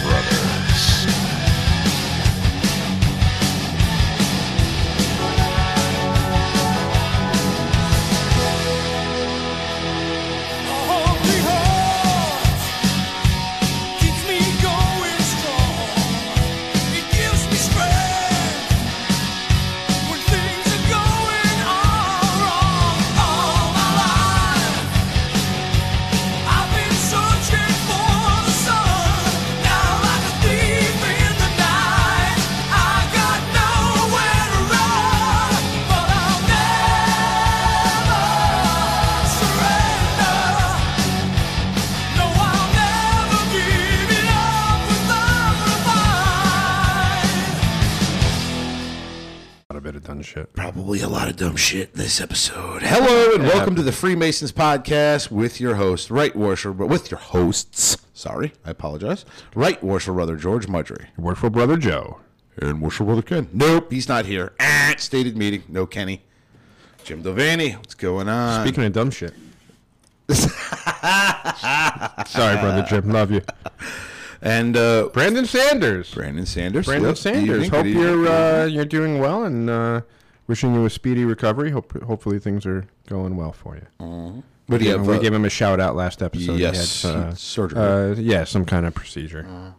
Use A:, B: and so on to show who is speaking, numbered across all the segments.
A: brothers.
B: I better done shit.
C: probably a lot of dumb shit in this episode. Hello and welcome to the Freemasons podcast with your host, Right Worshiper, but with your hosts. Sorry, I apologize. Right Worshiper brother George Mudry
B: Work for brother Joe.
C: and Worshiper brother Ken. Nope, he's not here. Ah, stated meeting. No Kenny. Jim Devaney, what's going on?
B: Speaking of dumb shit. Sorry, brother Jim. Love you.
C: and uh,
B: Brandon Sanders.
C: Brandon Sanders.
B: Brandon
C: Yep. Good
B: Sanders.
C: evening,
B: Hope
C: good evening.
B: you're uh, you're doing well and uh, wishing you a speedy recovery. Hope hopefully things are going well for you.
C: What do you have?
B: we
C: uh,
B: gave him a shout out last episode. He
C: Yes,
B: had,
C: surgery.
B: Uh, yeah, some kind of procedure.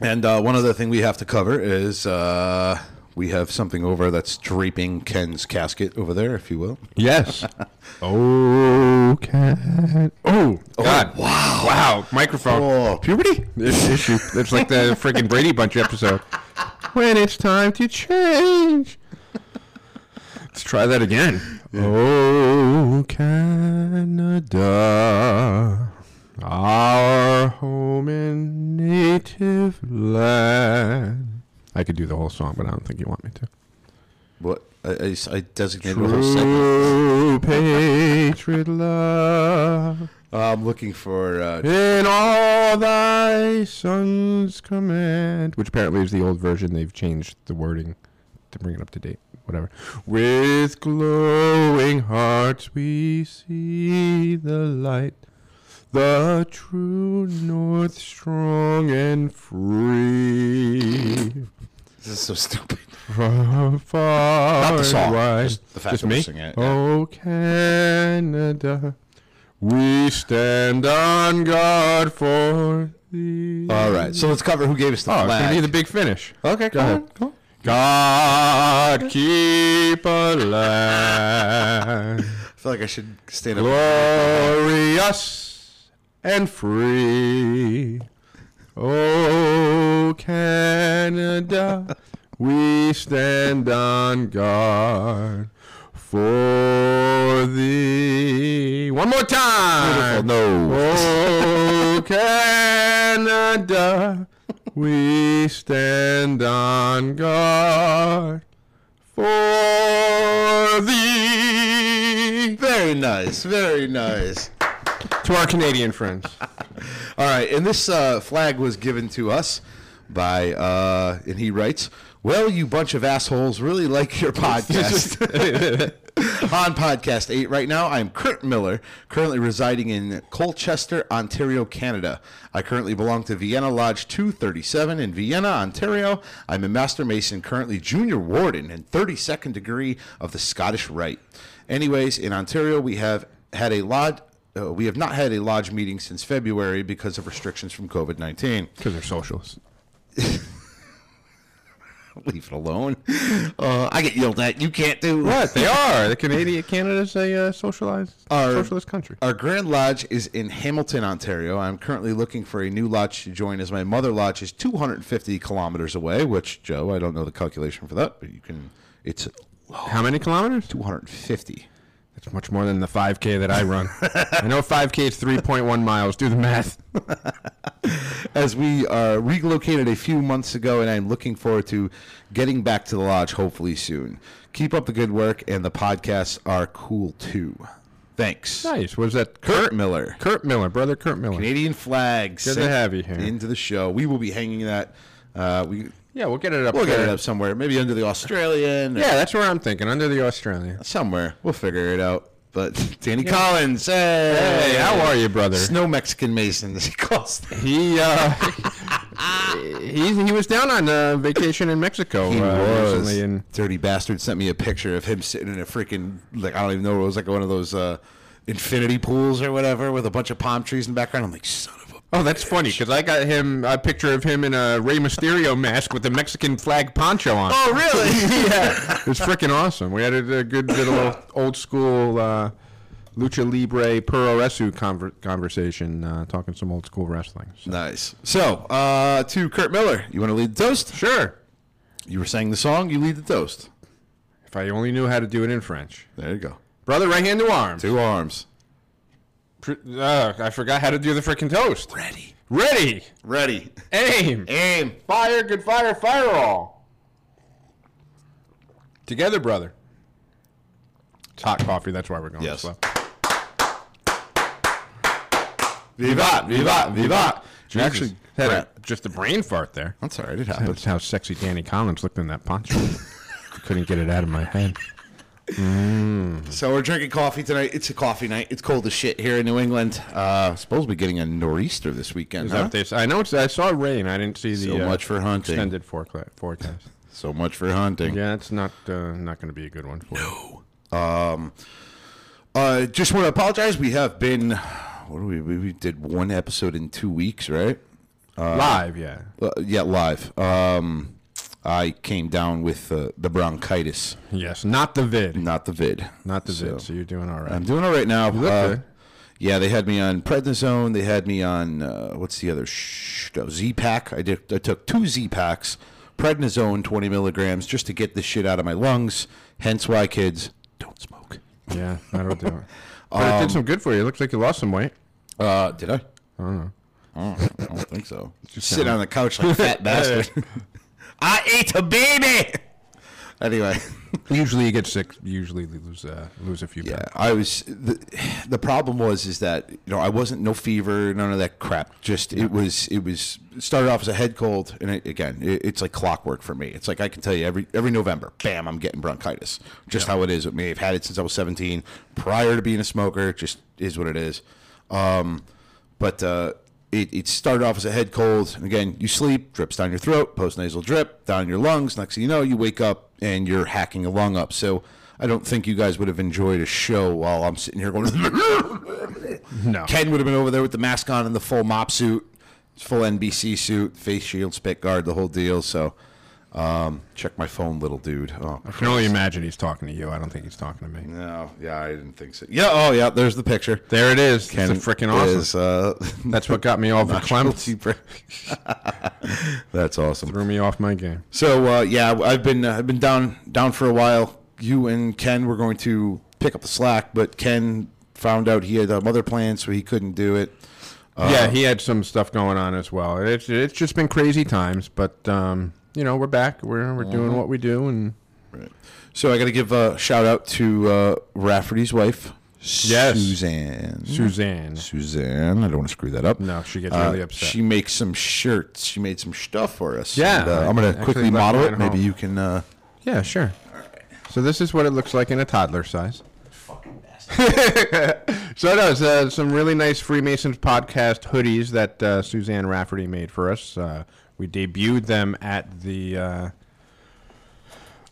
C: And uh, one other thing we have to cover is uh, we have something over that's draping Ken's casket over there, if you will.
B: Yes. oh, cat. Oh, God.
C: wow.
B: Wow. Microphone.
C: Oh, puberty?
B: This issue. It's like the freaking Brady Bunch episode. When it's time to change. Let's try that again. Oh, Canada, our home and native land. I could do the whole song, but I don't think you want me to.
C: What I, I s- I designated a whole segment.
B: True patriot love.
C: Oh, I'm looking for. Uh,
B: In all thy son's command, which apparently is the old version. They've changed the wording to bring it up to date. Whatever. With glowing hearts we see the light, the true north, strong and free.
C: this is so stupid.
B: From far
C: Not the
B: and
C: song,
B: wide.
C: just the fact that we're
B: me.
C: singing it, yeah.
B: Oh Canada, we stand on guard for thee.
C: All right, so let's cover who gave us the
B: Oh, it's gonna be
C: flag.
B: the big finish.
C: okay, go
B: ahead. God keep alive,
C: I feel like I should stand up.
B: glorious and free. Oh Canada, we stand on guard for thee. One more time.
C: No.
B: Oh, Canada, we stand on guard for thee.
C: Very nice. Very nice.
B: To our Canadian friends.
C: All right, and this uh, flag was given to us by, uh, and he writes, "Well, you bunch of assholes really like your podcast." On podcast eight right now, I'm Kurt Miller, currently residing in Colchester, Ontario, Canada. I currently belong to Vienna Lodge 237 in Vienna, Ontario. I'm a Master Mason, currently junior warden and 32nd degree of the Scottish Rite. Anyways, in Ontario, we have had a lodge. Uh, we have not had a lodge meeting since February because of restrictions from COVID 19.
B: Because they're socialists.
C: Leave it alone. Uh, I get yelled at. You can't do
B: What? They are. The Canadian Canada's a uh, socialized
C: Our-
B: socialist country.
C: Our Grand Lodge is in Hamilton, Ontario. I'm currently looking for a new lodge to join as my mother lodge is 250 kilometers away, which, Joe, I don't know the calculation for that, but you can. It's
B: How many kilometers?
C: 250.
B: That's much more than the 5K that I run. I know 5K is 3.1 miles. Do the math.
C: As we uh, relocated a few months ago, and I'm looking forward to getting back to the lodge hopefully soon. Keep up the good work, and the podcasts are cool too. Thanks.
B: Nice. Was that
C: Kurt Miller.
B: Kurt Miller, brother Kurt Miller.
C: Canadian flags.
B: Good to
C: sent
B: have you here.
C: Into the show. We will be hanging that Uh, we
B: Yeah, we'll get it up.
C: we'll get
B: there.
C: it up somewhere. Maybe under the Australian. or
B: Yeah, that's where I'm thinking. Under the Australian.
C: somewhere. We'll figure it out. But Danny Collins, hey,
B: Hey, how are you, brother?
C: Snow Mexican Masons. He calls them.
B: He uh, he he was down on uh, vacation in Mexico
C: He
B: uh,
C: was.
B: recently, and
C: Dirty bastard sent me a picture of him sitting in a freaking like I don't even know it was like one of those uh, infinity pools or whatever with a bunch of palm trees in the background. I'm like son of a.
B: oh, that's funny because I got him a picture of him in a Rey Mysterio mask with a Mexican flag poncho on.
C: Oh really?
B: yeah, it was freaking awesome. We had a, a good little old school uh, lucha libre pro resu conver- conversation, uh, talking some old school wrestling. So.
C: nice. So uh, to Kurt Miller, you want to lead the toast?
B: Sure,
C: You were saying the song. You lead the toast.
B: if I only knew how to do it in French,
C: There you go.
B: brother, right hand to arm.
C: Two arms.
B: Pr- Uh, I forgot how to do the freaking toast.
C: Ready.
B: Ready,
C: Ready.
B: aim.
C: Aim.
B: Fire, good fire, fire all. Together, brother. It's hot coffee. That's why we're going
C: Yes.
B: slow.
C: Vivat. Vivat. Vivat.
B: You Actually, had a,
C: Brett.
B: just a brain fart there.
C: That's all right. It happens.
B: That's how sexy Danny Collins looked in that poncho. Couldn't get it out of my head.
C: So we're drinking coffee tonight. It's a coffee night. It's cold as shit here in New England. Uh, supposed to be getting a nor'easter this weekend.
B: Is
C: huh?
B: that what they say? I know. It's, I saw rain. I didn't see the uh,
C: So much for hunting.
B: extended forecla- forecast.
C: So much for hunting.
B: yeah, it's not uh, not going to be a good one for you.
C: Uh, just want to apologize. We have been. What do we? We we did one episode in two weeks, right?
B: live. Yeah,
C: Uh, yeah, live. Um, I came down with uh, the bronchitis,
B: yes, not the vid,
C: not the vid.
B: not the
C: So-
B: vid. So you're doing all right.
C: I'm doing all right now.
B: look
C: Uh,
B: good.
C: Yeah, they had me on prednisone. They had me on uh, what's the other sh- oh, Z pack. I did. I took two Z packs, prednisone 20 milligrams, just to get this shit out of my lungs. Hence why kids don't smoke.
B: yeah, that'll do it. But it did some good for you. It looks like you lost some weight.
C: Uh, did I? I don't know. I don't think so. Just sit on the couch like a fat bastard. I ate a baby. Anyway.
B: Usually you get sick. Usually you lose uh, lose a few.
C: Yeah,
B: pounds.
C: I was the, the problem was is that you know I wasn't no fever, none of that crap. Just it was it was it started off as a head cold, and it, again, it, it's like clockwork for me. It's like I can tell you every every November, bam, I'm getting bronchitis. Just how it is with me. I've had it since I was 17. Prior to being a smoker, it just is what it is. Um, but uh, it, it started off as a head cold. And again, you sleep, drips down your throat, post nasal drip, down your lungs. Next thing you know, you wake up and you're hacking a lung up. So I don't think you guys would have enjoyed a show while I'm sitting here going.
B: No.
C: Ken would have been over there with the mask on and the full mop suit, full NBC suit, face shield, spit guard, the whole deal. So um, check my phone, little dude. Oh,
B: I can only imagine he's talking to you. I don't think he's talking to me.
C: no. Yeah, I didn't think so. Yeah. Oh, yeah. There's the picture.
B: There it is. It's a freaking awesome.
C: Is, uh,
B: That's what got me all
C: guilty,
B: verklempt.
C: bro. That's awesome.
B: Threw me off my game.
C: So uh, yeah, I've been uh, I've been down down for a while. You and Ken were going to pick up the slack, but Ken found out he had um, other plans, so he couldn't do it. Uh,
B: yeah, he had some stuff going on as well. It's it's just been crazy times, but um, you know we're back. We're we're doing
C: Uh-huh.
B: what we do, and
C: So I got to give a shout out to uh, Rafferty's wife,
B: Yes.
C: Suzanne.
B: Suzanne.
C: Suzanne. I don't want to screw that up.
B: No, she gets
C: Uh,
B: really upset.
C: She makes some shirts. She made some stuff for us.
B: Yeah,
C: And, uh, I'm
B: I
C: gonna
B: actually
C: quickly
B: left
C: model
B: mine
C: it.
B: at
C: Maybe
B: home.
C: you can. Uh,
B: yeah, sure. So this is what it looks like in a toddler size. So no, it's, uh, some really nice Freemasons podcast hoodies that uh, Suzanne Rafferty made for us. Uh, we debuted them at the uh,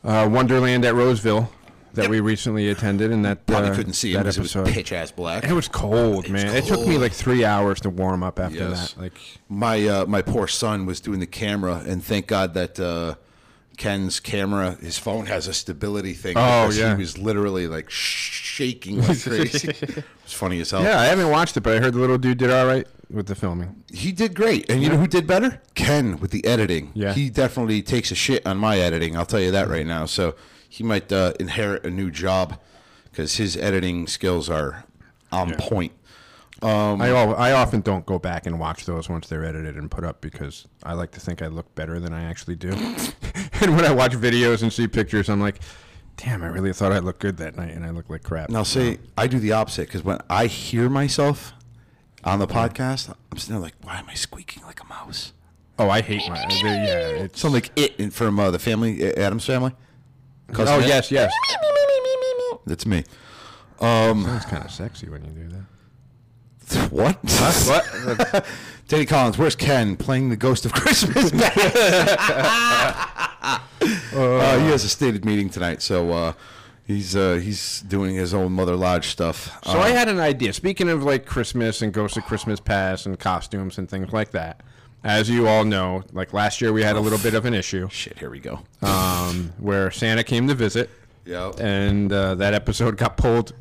B: uh, Wonderland at Roseville that we recently attended, and that
C: probably
B: uh,
C: couldn't see it
B: that
C: because it
B: episode.
C: was pitch ass black.
B: It was cold, man. It took me
C: cold.
B: like three hours to warm up after
C: Yes.
B: that. Like,
C: my uh, my poor son was doing the camera, and thank God that uh, Ken's camera, his phone has a stability thing.
B: Oh,
C: because
B: yeah.
C: he was literally like shaking like crazy. it's funny as hell.
B: yeah, I haven't watched it, but I heard the little dude did all right with the filming.
C: he did great, and you know who did better? Ken with the editing.
B: Yeah.
C: he definitely takes a shit on my editing. I'll tell you that right now. So he might uh, inherit a new job because his editing skills are on point.
B: I, al- I often don't go back and watch those once they're edited and put up because I like to think I look better than I actually do. and when I watch videos and see pictures, I'm like, damn, I really thought I looked good that night and I look like crap.
C: Now, see, I do the opposite because when I hear myself on the podcast, I'm sitting there like, why am I squeaking like a mouse?
B: Oh, I hate my. uh, they- yeah, it's
C: Sound like it in- from uh, the family, uh, Adam's family.
B: Oh
C: Cousin It?
B: yes, yes.
C: that's me.
B: Sounds kind of sexy when you do that.
C: What?
B: What?
C: Teddy Collins, where's Ken playing the Ghost of Christmas Past? uh, he has a stated meeting tonight, so uh, he's uh, he's doing his own Mother Lodge stuff. Uh,
B: So I had an idea. Speaking of like Christmas and Ghost of Christmas Past and costumes and things like that, as you all know, like last year we had a little bit of an issue
C: shit. Here we go.
B: um, where Santa came to visit,
C: Yeah.
B: and uh, that episode got pulled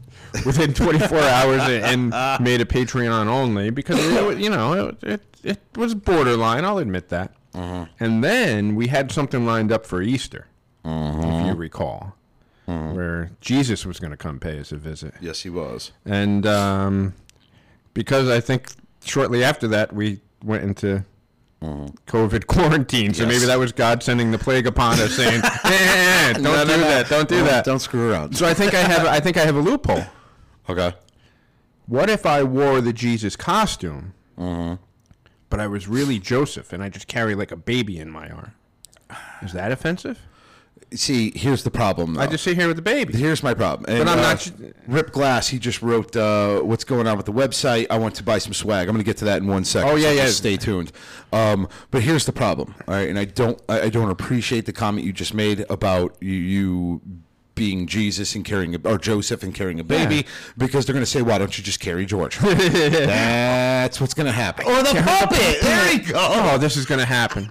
B: within 24 hours and, and made a Patreon only because it, wa- you know it, it, it was borderline. I'll admit that.
C: Mm-hmm.
B: And then we had something lined up for Easter,
C: Mm-hmm.
B: if you recall, where Jesus was going to come pay us a visit
C: yes, he was.
B: and um, because I think shortly after that we went into COVID quarantine, so
C: Mm-hmm. Yes.
B: maybe that was God sending the plague upon us, saying, "Eh, "Don't do that, don't do that."
C: Don't screw around.
B: So I think I have, I think I have a loophole.
C: Okay.
B: What if I wore the Jesus costume,
C: Mm-hmm.
B: but I was really Joseph and I just carry like a baby in my arm? Is that offensive?
C: See, here's the problem.
B: I
C: though.
B: just sit here with the baby.
C: Here's my problem. And,
B: But I'm
C: uh,
B: not-
C: Rip Glass. He just wrote uh, what's going on with the website. I want to buy some swag. I'm going to get to that in one second.
B: Oh, yeah,
C: so
B: yeah.
C: just Stay tuned. Um, but here's the problem. All right, and I don't I I don't appreciate the comment you just made about you. you being Jesus and carrying a, or Joseph and carrying a baby because they're going to say why don't you just carry George? That's what's going to happen. Or the puppet. There you go.
B: Oh, this is gonna happen.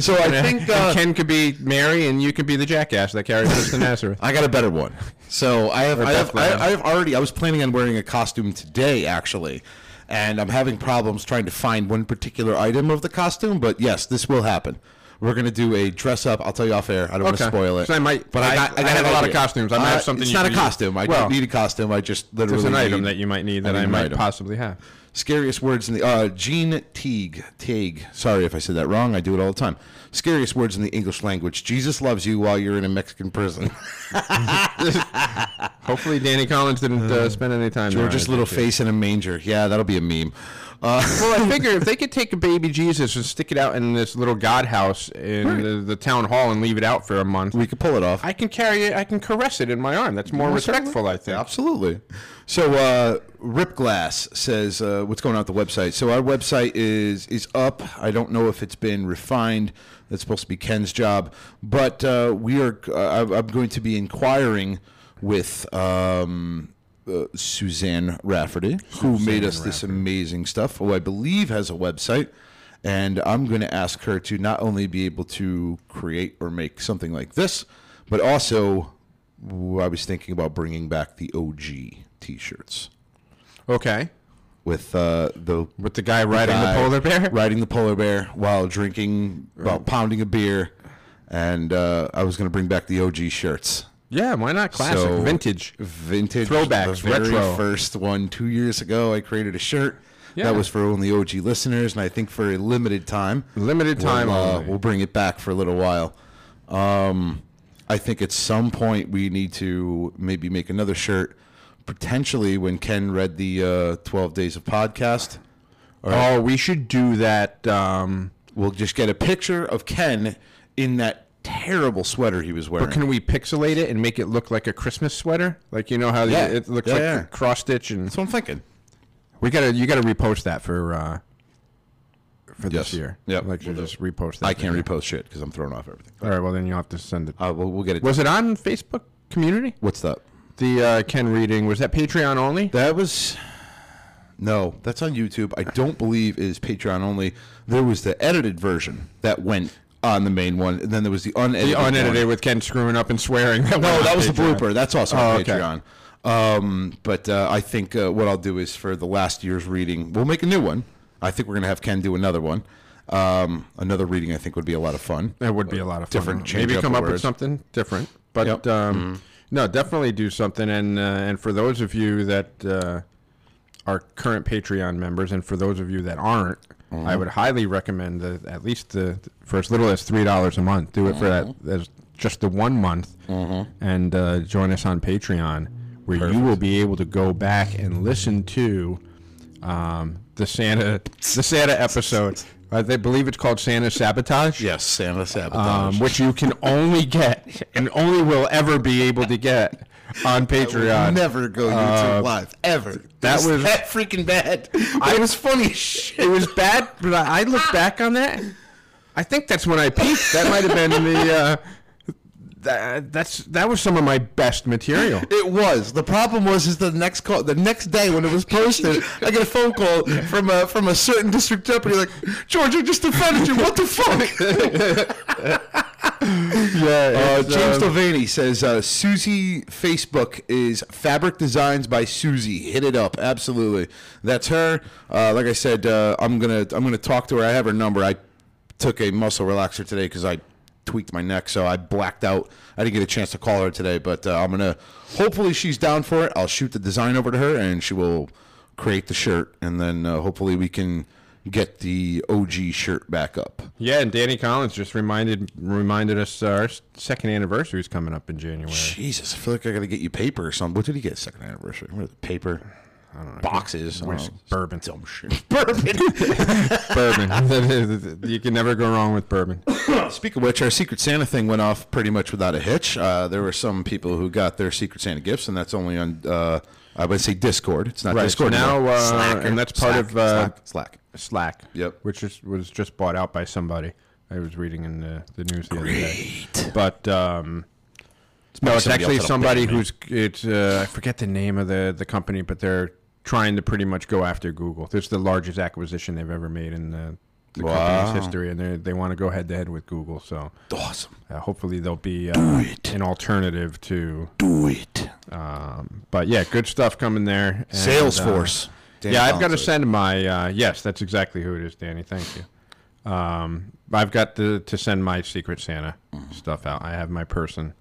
C: So I
B: And
C: think uh,
B: Ken could be Mary, and you could be the jackass that carries us to Nazareth.
C: I got a better one. So I have, I have, I,
B: Bethlehem.
C: I have already. I was planning on wearing a costume today, actually, and I'm having problems trying to find one particular item of the costume. But yes, this will happen. We're gonna do a dress up. I'll tell you off air. I don't want to
B: Okay.
C: spoil it.
B: So I might-
C: But I,
B: I-
C: got,
B: I
C: got
B: have
C: an
B: a lot of
C: idea. Uh,
B: costumes. I might have something
C: It's
B: you
C: not a
B: can use.
C: costume. I
B: Well,
C: don't need a costume. I just literally
B: There's an item
C: need-
B: that you might need
C: I
B: that I,
C: need an
B: might
C: item.
B: possibly have.
C: Scariest words in the uh, Gene Teague. Teague. Sorry if I said that wrong. I do it all the time. Scariest words in the English language. Jesus loves you while you're in a Mexican prison.
B: Hopefully, Danny Collins didn't uh, spend any time.
C: Or
B: there,
C: just
B: I
C: little
B: think.
C: face in a manger. Yeah, that'll be a meme. Uh,
B: Well, I figure if they could take a baby Jesus and stick it out in this little God house in the, the town hall and leave it out for a month,
C: we could pull it off.
B: I can carry it. I can caress it in my arm. That's more respectful, I think.
C: Absolutely. So uh, Rip Glass says, uh, "What's going on with the website?" So our website is is up. I don't know if it's been refined. That's supposed to be Ken's job, but uh, we are. Uh, I'm- I'm going to be inquiring with. Um, uh, Suzanne Rafferty, who made us this amazing stuff, who I believe has a website. And I'm going to ask her to not only be able to create or make something like this, but also w- I was thinking about bringing back the OG t shirts
B: Okay,
C: with uh, the.
B: with the guy riding
C: guy
B: the polar bear.
C: Riding the polar bear while drinking, while pounding a beer. And uh, I was going to bring back the OG shirts.
B: Yeah, why not? Classic,
C: So-
B: vintage.
C: vintage
B: Throwbacks,
C: the very
B: retro.
C: first one two years ago i created a shirt
B: Yeah.
C: that was for only og listeners and i think for a limited time
B: Limited time
C: we'll, uh,
B: only.
C: we'll bring it back for a little while um, i think at some point we need to maybe make another shirt potentially when ken read the uh, 12 days of podcast
B: Oh, we should do that. Um,
C: we'll just get a picture of ken in that terrible sweater he was wearing
B: Can we pixelate it and make it look like a Christmas sweater? Like you know how the-
C: Yeah.
B: it looks
C: Yeah,
B: like
C: yeah.
B: cross stitch, and
C: that's what i'm thinking
B: we gotta you gotta repost that for uh, for
C: Yes.
B: this year.
C: Yep.
B: like
C: We'll do
B: just repost that.
C: i can't
B: video.
C: repost shit because i'm throwing off everything
B: All right, well then you'll have to send it.
C: uh, we'll, we'll get it
B: Was it on Facebook community?
C: what's that
B: The uh, Ken reading was that Patreon only?
C: That was no, that's on YouTube. I don't believe it is Patreon only. There was the edited version that went on the main one, and then there was the unedited.
B: The unedited
C: one.
B: with Ken screwing up and swearing. That
C: No, that was the blooper. That's also on
B: Oh, okay.
C: Patreon. Um, but uh, I think uh, what I'll do is for the last year's reading, we'll make a new one. I think we're gonna have Ken do another one. Um, another reading, I think, would be a lot of fun.
B: That would be a lot of fun.
C: Different change
B: Maybe
C: up
B: come
C: the
B: up with
C: words.
B: something different. But
C: Yep. Mm-hmm.
B: um, no, definitely do something. And uh, and for those of you that uh, are current Patreon members, and for those of you that aren't, I
C: Mm-hmm.
B: would highly recommend the, at least the for as little as three dollars a month. Do it for that
C: Mm-hmm.
B: as just the one month, and uh, join us on Patreon, where you will be able to go back and listen to um, the Santa the Santa episode Uh, they believe it's called Santa Sabotage.
C: Yes, Santa Sabotage.
B: Um, which you can only get and only will ever be able to get on Patreon. Uh,
C: Never go YouTube live ever. That
B: was-
C: that freaking bad. I was funny as shit.
B: it was bad, but I, I look back on that. I think that's when I peaked. That might have been the. Uh, that, that's that was some of my best material.
C: It was. The problem was is the next call, the next day when it was posted, I get a phone call from a from a certain district deputy like, George, I just offended you. What the fuck?
B: Yeah,
C: Uh,
B: it's,
C: James
B: um,
C: Delaney says uh, Susie Facebook is fabric designs by Susie. Hit it up, absolutely. That's her. Uh, like I said, uh, I'm gonna I'm gonna talk to her. I have her number. I took a muscle relaxer today because I tweaked my neck, so I blacked out. I didn't get a chance to call her today, but uh, I'm gonna. Hopefully, she's down for it. I'll shoot the design over to her, and she will create the shirt, and then uh, hopefully we can get the OG shirt back up.
B: yeah, and Danny Collins just reminded reminded us uh, our s- second anniversary is coming up in January.
C: Jesus, I feel like I gotta get you paper or something. What did he get? Second anniversary? What are the paper? I don't know. Boxes. I don't know.
B: Oh, Bourbon,
C: Dumb shit. Bourbon.
B: bourbon. you can never go wrong with bourbon.
C: Speaking of which, our Secret Santa thing went off pretty much without a hitch. Uh, there were some people who got their Secret Santa gifts, and that's only on, uh, I would say Discord. It's not
B: Right. So
C: Discord anymore.
B: now, uh, and that's part
C: Slack,
B: of uh,
C: Slack, Slack.
B: Slack.
C: Yep.
B: Which is, was just bought out by somebody. I was reading in the, the news the other day. But um, no, it's
C: somebody
B: actually
C: else that'll
B: somebody
C: ban me.
B: who's it's uh, I forget the name of the the company, but they're trying to pretty much go after Google. This is the largest acquisition they've ever made in the, the
C: Wow.
B: company's history, and they they want to go head to head with Google. So
C: Awesome.
B: uh, hopefully there'll be uh,
C: it.
B: an alternative to.
C: Do it.
B: Um, but yeah, good stuff coming there. And, uh,
C: Salesforce. Dan
B: yeah, I've got to
C: Collins.
B: send my. Uh, yes, that's exactly who it is, Danny. Thank you. Um, I've got to, to send my Secret Santa
C: Mm-hmm.
B: stuff out. I have my person.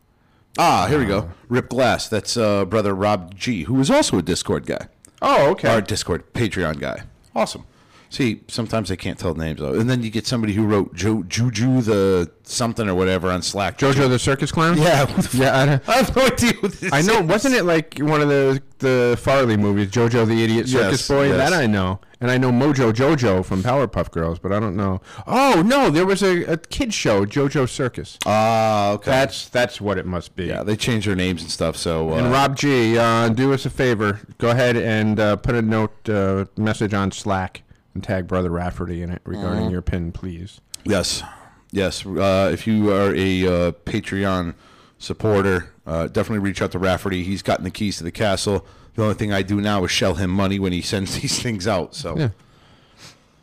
C: Ah, here we go. Rip Glass. That's uh, brother Rob G, who is also a Discord guy.
B: Oh, okay.
C: our Discord Patreon guy. Awesome. See, sometimes I can't tell names though, and then you get somebody who wrote jo- Juju the something or whatever on Slack.
B: Jojo the Circus Clown.
C: yeah, what the
B: yeah. I, don't-
C: f- I have no idea what this
B: I know.
C: is.
B: Wasn't it like one of the the Farley movies, Jojo the Idiot Circus
C: Yes,
B: Boy?
C: yes.
B: That I know, and I know Mojo Jojo from Powerpuff Girls, but I don't know. Oh no, there was a, a kid show, Jojo Circus.
C: Ah, okay.
B: That's that's what it must be.
C: yeah, they change their names and stuff. So uh,
B: And Rob G, uh, do us a favor. Go ahead and uh, put a note, uh, message on Slack, and tag Brother Rafferty in it regarding your pin, please.
C: Yes, yes. Uh, if you are a uh, Patreon supporter, uh, definitely reach out to Rafferty. He's gotten the keys to the castle. The only thing I do now is shell him money when he sends these things out. So.
B: Yeah.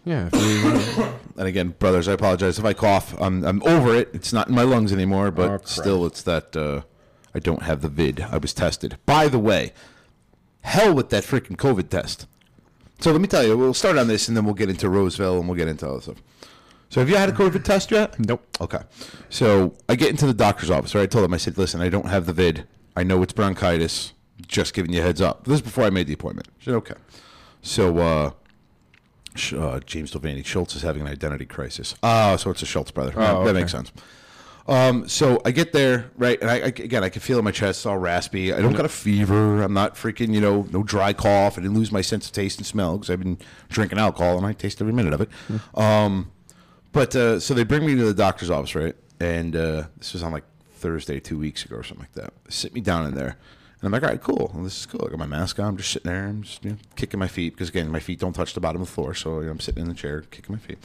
B: Yeah. If you,
C: and again, brothers, I apologize if I cough. I'm, I'm over it. It's not in my lungs anymore, but
B: crap.
C: still, it's that uh, I don't have the vid. I was tested. By the way, hell with that freaking COVID test. So let me tell you, we'll start on this, and then we'll get into Roseville, and we'll get into other stuff. So have you had a COVID test yet?
B: Nope.
C: Okay. So I get into the doctor's office, right? I told him, I said, listen, I don't have the vid. I know it's bronchitis. Just giving you a heads up. This is before I made the appointment. She said, okay. So uh, Sh- uh, James Delaney Schultz is having an identity crisis. Oh, so it's a Schultz brother. that, that
B: okay.
C: makes sense. Um, so I get there, right, and I, I again I can feel it in my chest, it's all raspy. I don't got a fever. I'm not freaking, you know, no dry cough. I didn't lose my sense of taste and smell because I've been drinking alcohol and I taste every minute of it. Um, but uh, so they bring me to the doctor's office, right? And uh, this was on like Thursday, two weeks ago or something like that. They sit me down in there. And I'm like, all right, cool. Well, this is cool. I got my mask on. I'm just sitting there. I'm just you know, kicking my feet because, again, my feet don't touch the bottom of the floor. So you know, I'm sitting in the chair, kicking my feet.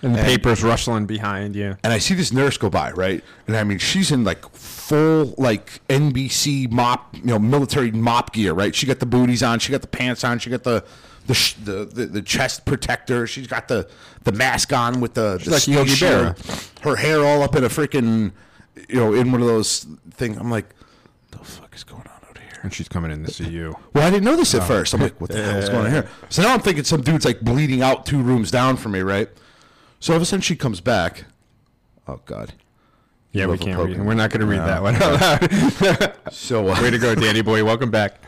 B: and the papers rustling behind you.
C: And I see this nurse go by, right? And I mean, she's in like full like NBC mop, you know, military mop gear, right? She got the booties on, she got the pants on, she got the the sh- the, the, the chest protector, she's got the the mask on with the, the
B: like
C: snow
B: Yogi
C: shield. her hair all up in a freaking, you know, in one of those things. I'm like, the fuck is going on out here?
B: And she's coming in to see you.
C: Well, I didn't know
B: Oh.
C: this at first. I'm like, what the hell is going on here? So now I'm thinking some dude's like bleeding out two rooms down from me, right? So all of a sudden she comes back. Oh God.
B: Yeah, we
C: Love a
B: can't
C: poke.
B: read. We're not going to read Oh, that one out loud.
C: So uh,
B: Way to go, Danny boy. Welcome back.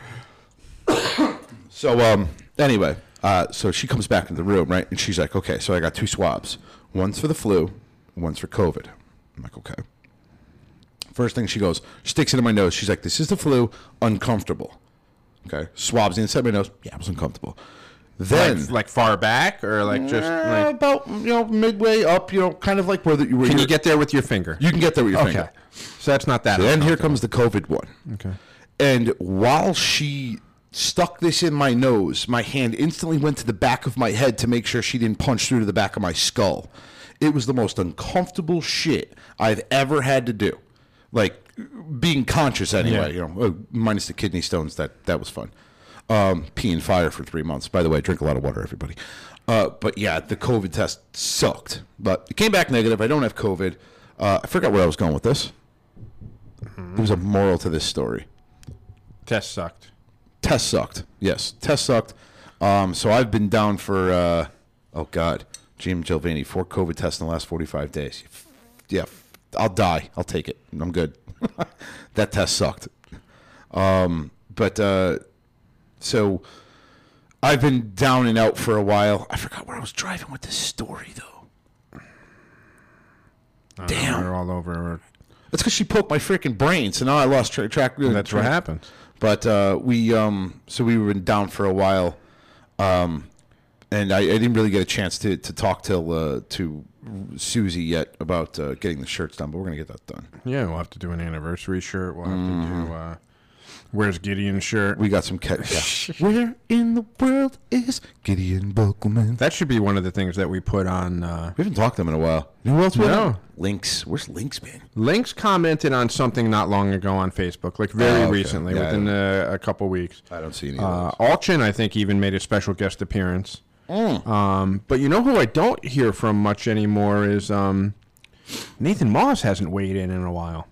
C: So um anyway, uh so she comes back into the room, right? And she's like, "Okay, so I got two swabs. One's for the flu, one's for COVID." I'm like, "Okay." First thing she goes, she sticks it in my nose. She's like, "This is the flu, uncomfortable." Okay. Swabs the inside my nose. Yeah, it was uncomfortable. Then
B: like, like far back or like just
C: Uh,
B: like
C: about you know midway up, you know, kind of like where, the, where
B: can you
C: your-
B: get there with your finger?
C: you can get there with your
B: okay,
C: finger.
B: so that's not that.
C: Then here
B: uncomfortable.
C: comes the COVID one.
B: Okay.
C: And while she stuck this in my nose, my hand instantly went to the back of my head to make sure she didn't punch through to the back of my skull. It was the most uncomfortable shit I've ever had to do. Like being conscious anyway, you know, uh, minus the kidney stones, that that was fun. Um, pee and fire for three months. By the way, I drink a lot of water, everybody. Uh, but yeah, the COVID test sucked, but it came back negative. I don't have COVID. Uh, I forgot where I was going with this. There was a moral to this story
B: test sucked.
C: test sucked. Yes, test sucked. Um, so I've been down for uh, oh god, Jim Gilvany, four COVID tests in the last forty-five days. Yeah, I'll die. I'll take it. I'm good. that test sucked. Um, but uh, so I've been down and out for a while. I forgot where I was driving with this story though. Damn.
B: We're all over.
C: That's because she poked my freaking brain, so now I lost tra- track. uh,
B: That's what happens.
C: But uh, we um, so we were down for a while, um, and I, I didn't really get a chance to to talk till uh, to Susie yet about uh, getting the shirts done. But we're gonna get that done.
B: Yeah, we'll have to do an anniversary shirt. We'll have to do uh, where's Gideon shirt.
C: We got some catch. Where in the world is Gideon Buckleman?
B: that should be one of the things that we put on. Uh,
C: We haven't talked to him in a while. Who else?
B: we
C: No.
B: haven't?
C: Links. Where's Links man?
B: Links commented on something not long ago on Facebook, like very
C: Oh, okay.
B: recently,
C: Yeah, I
B: within a, a couple weeks.
C: I don't see any.
B: Uh, Alchin, I think, even made a special guest appearance.
C: Mm.
B: Um, but you know who I don't hear from much anymore is um, Nathan Moss hasn't weighed in in a while,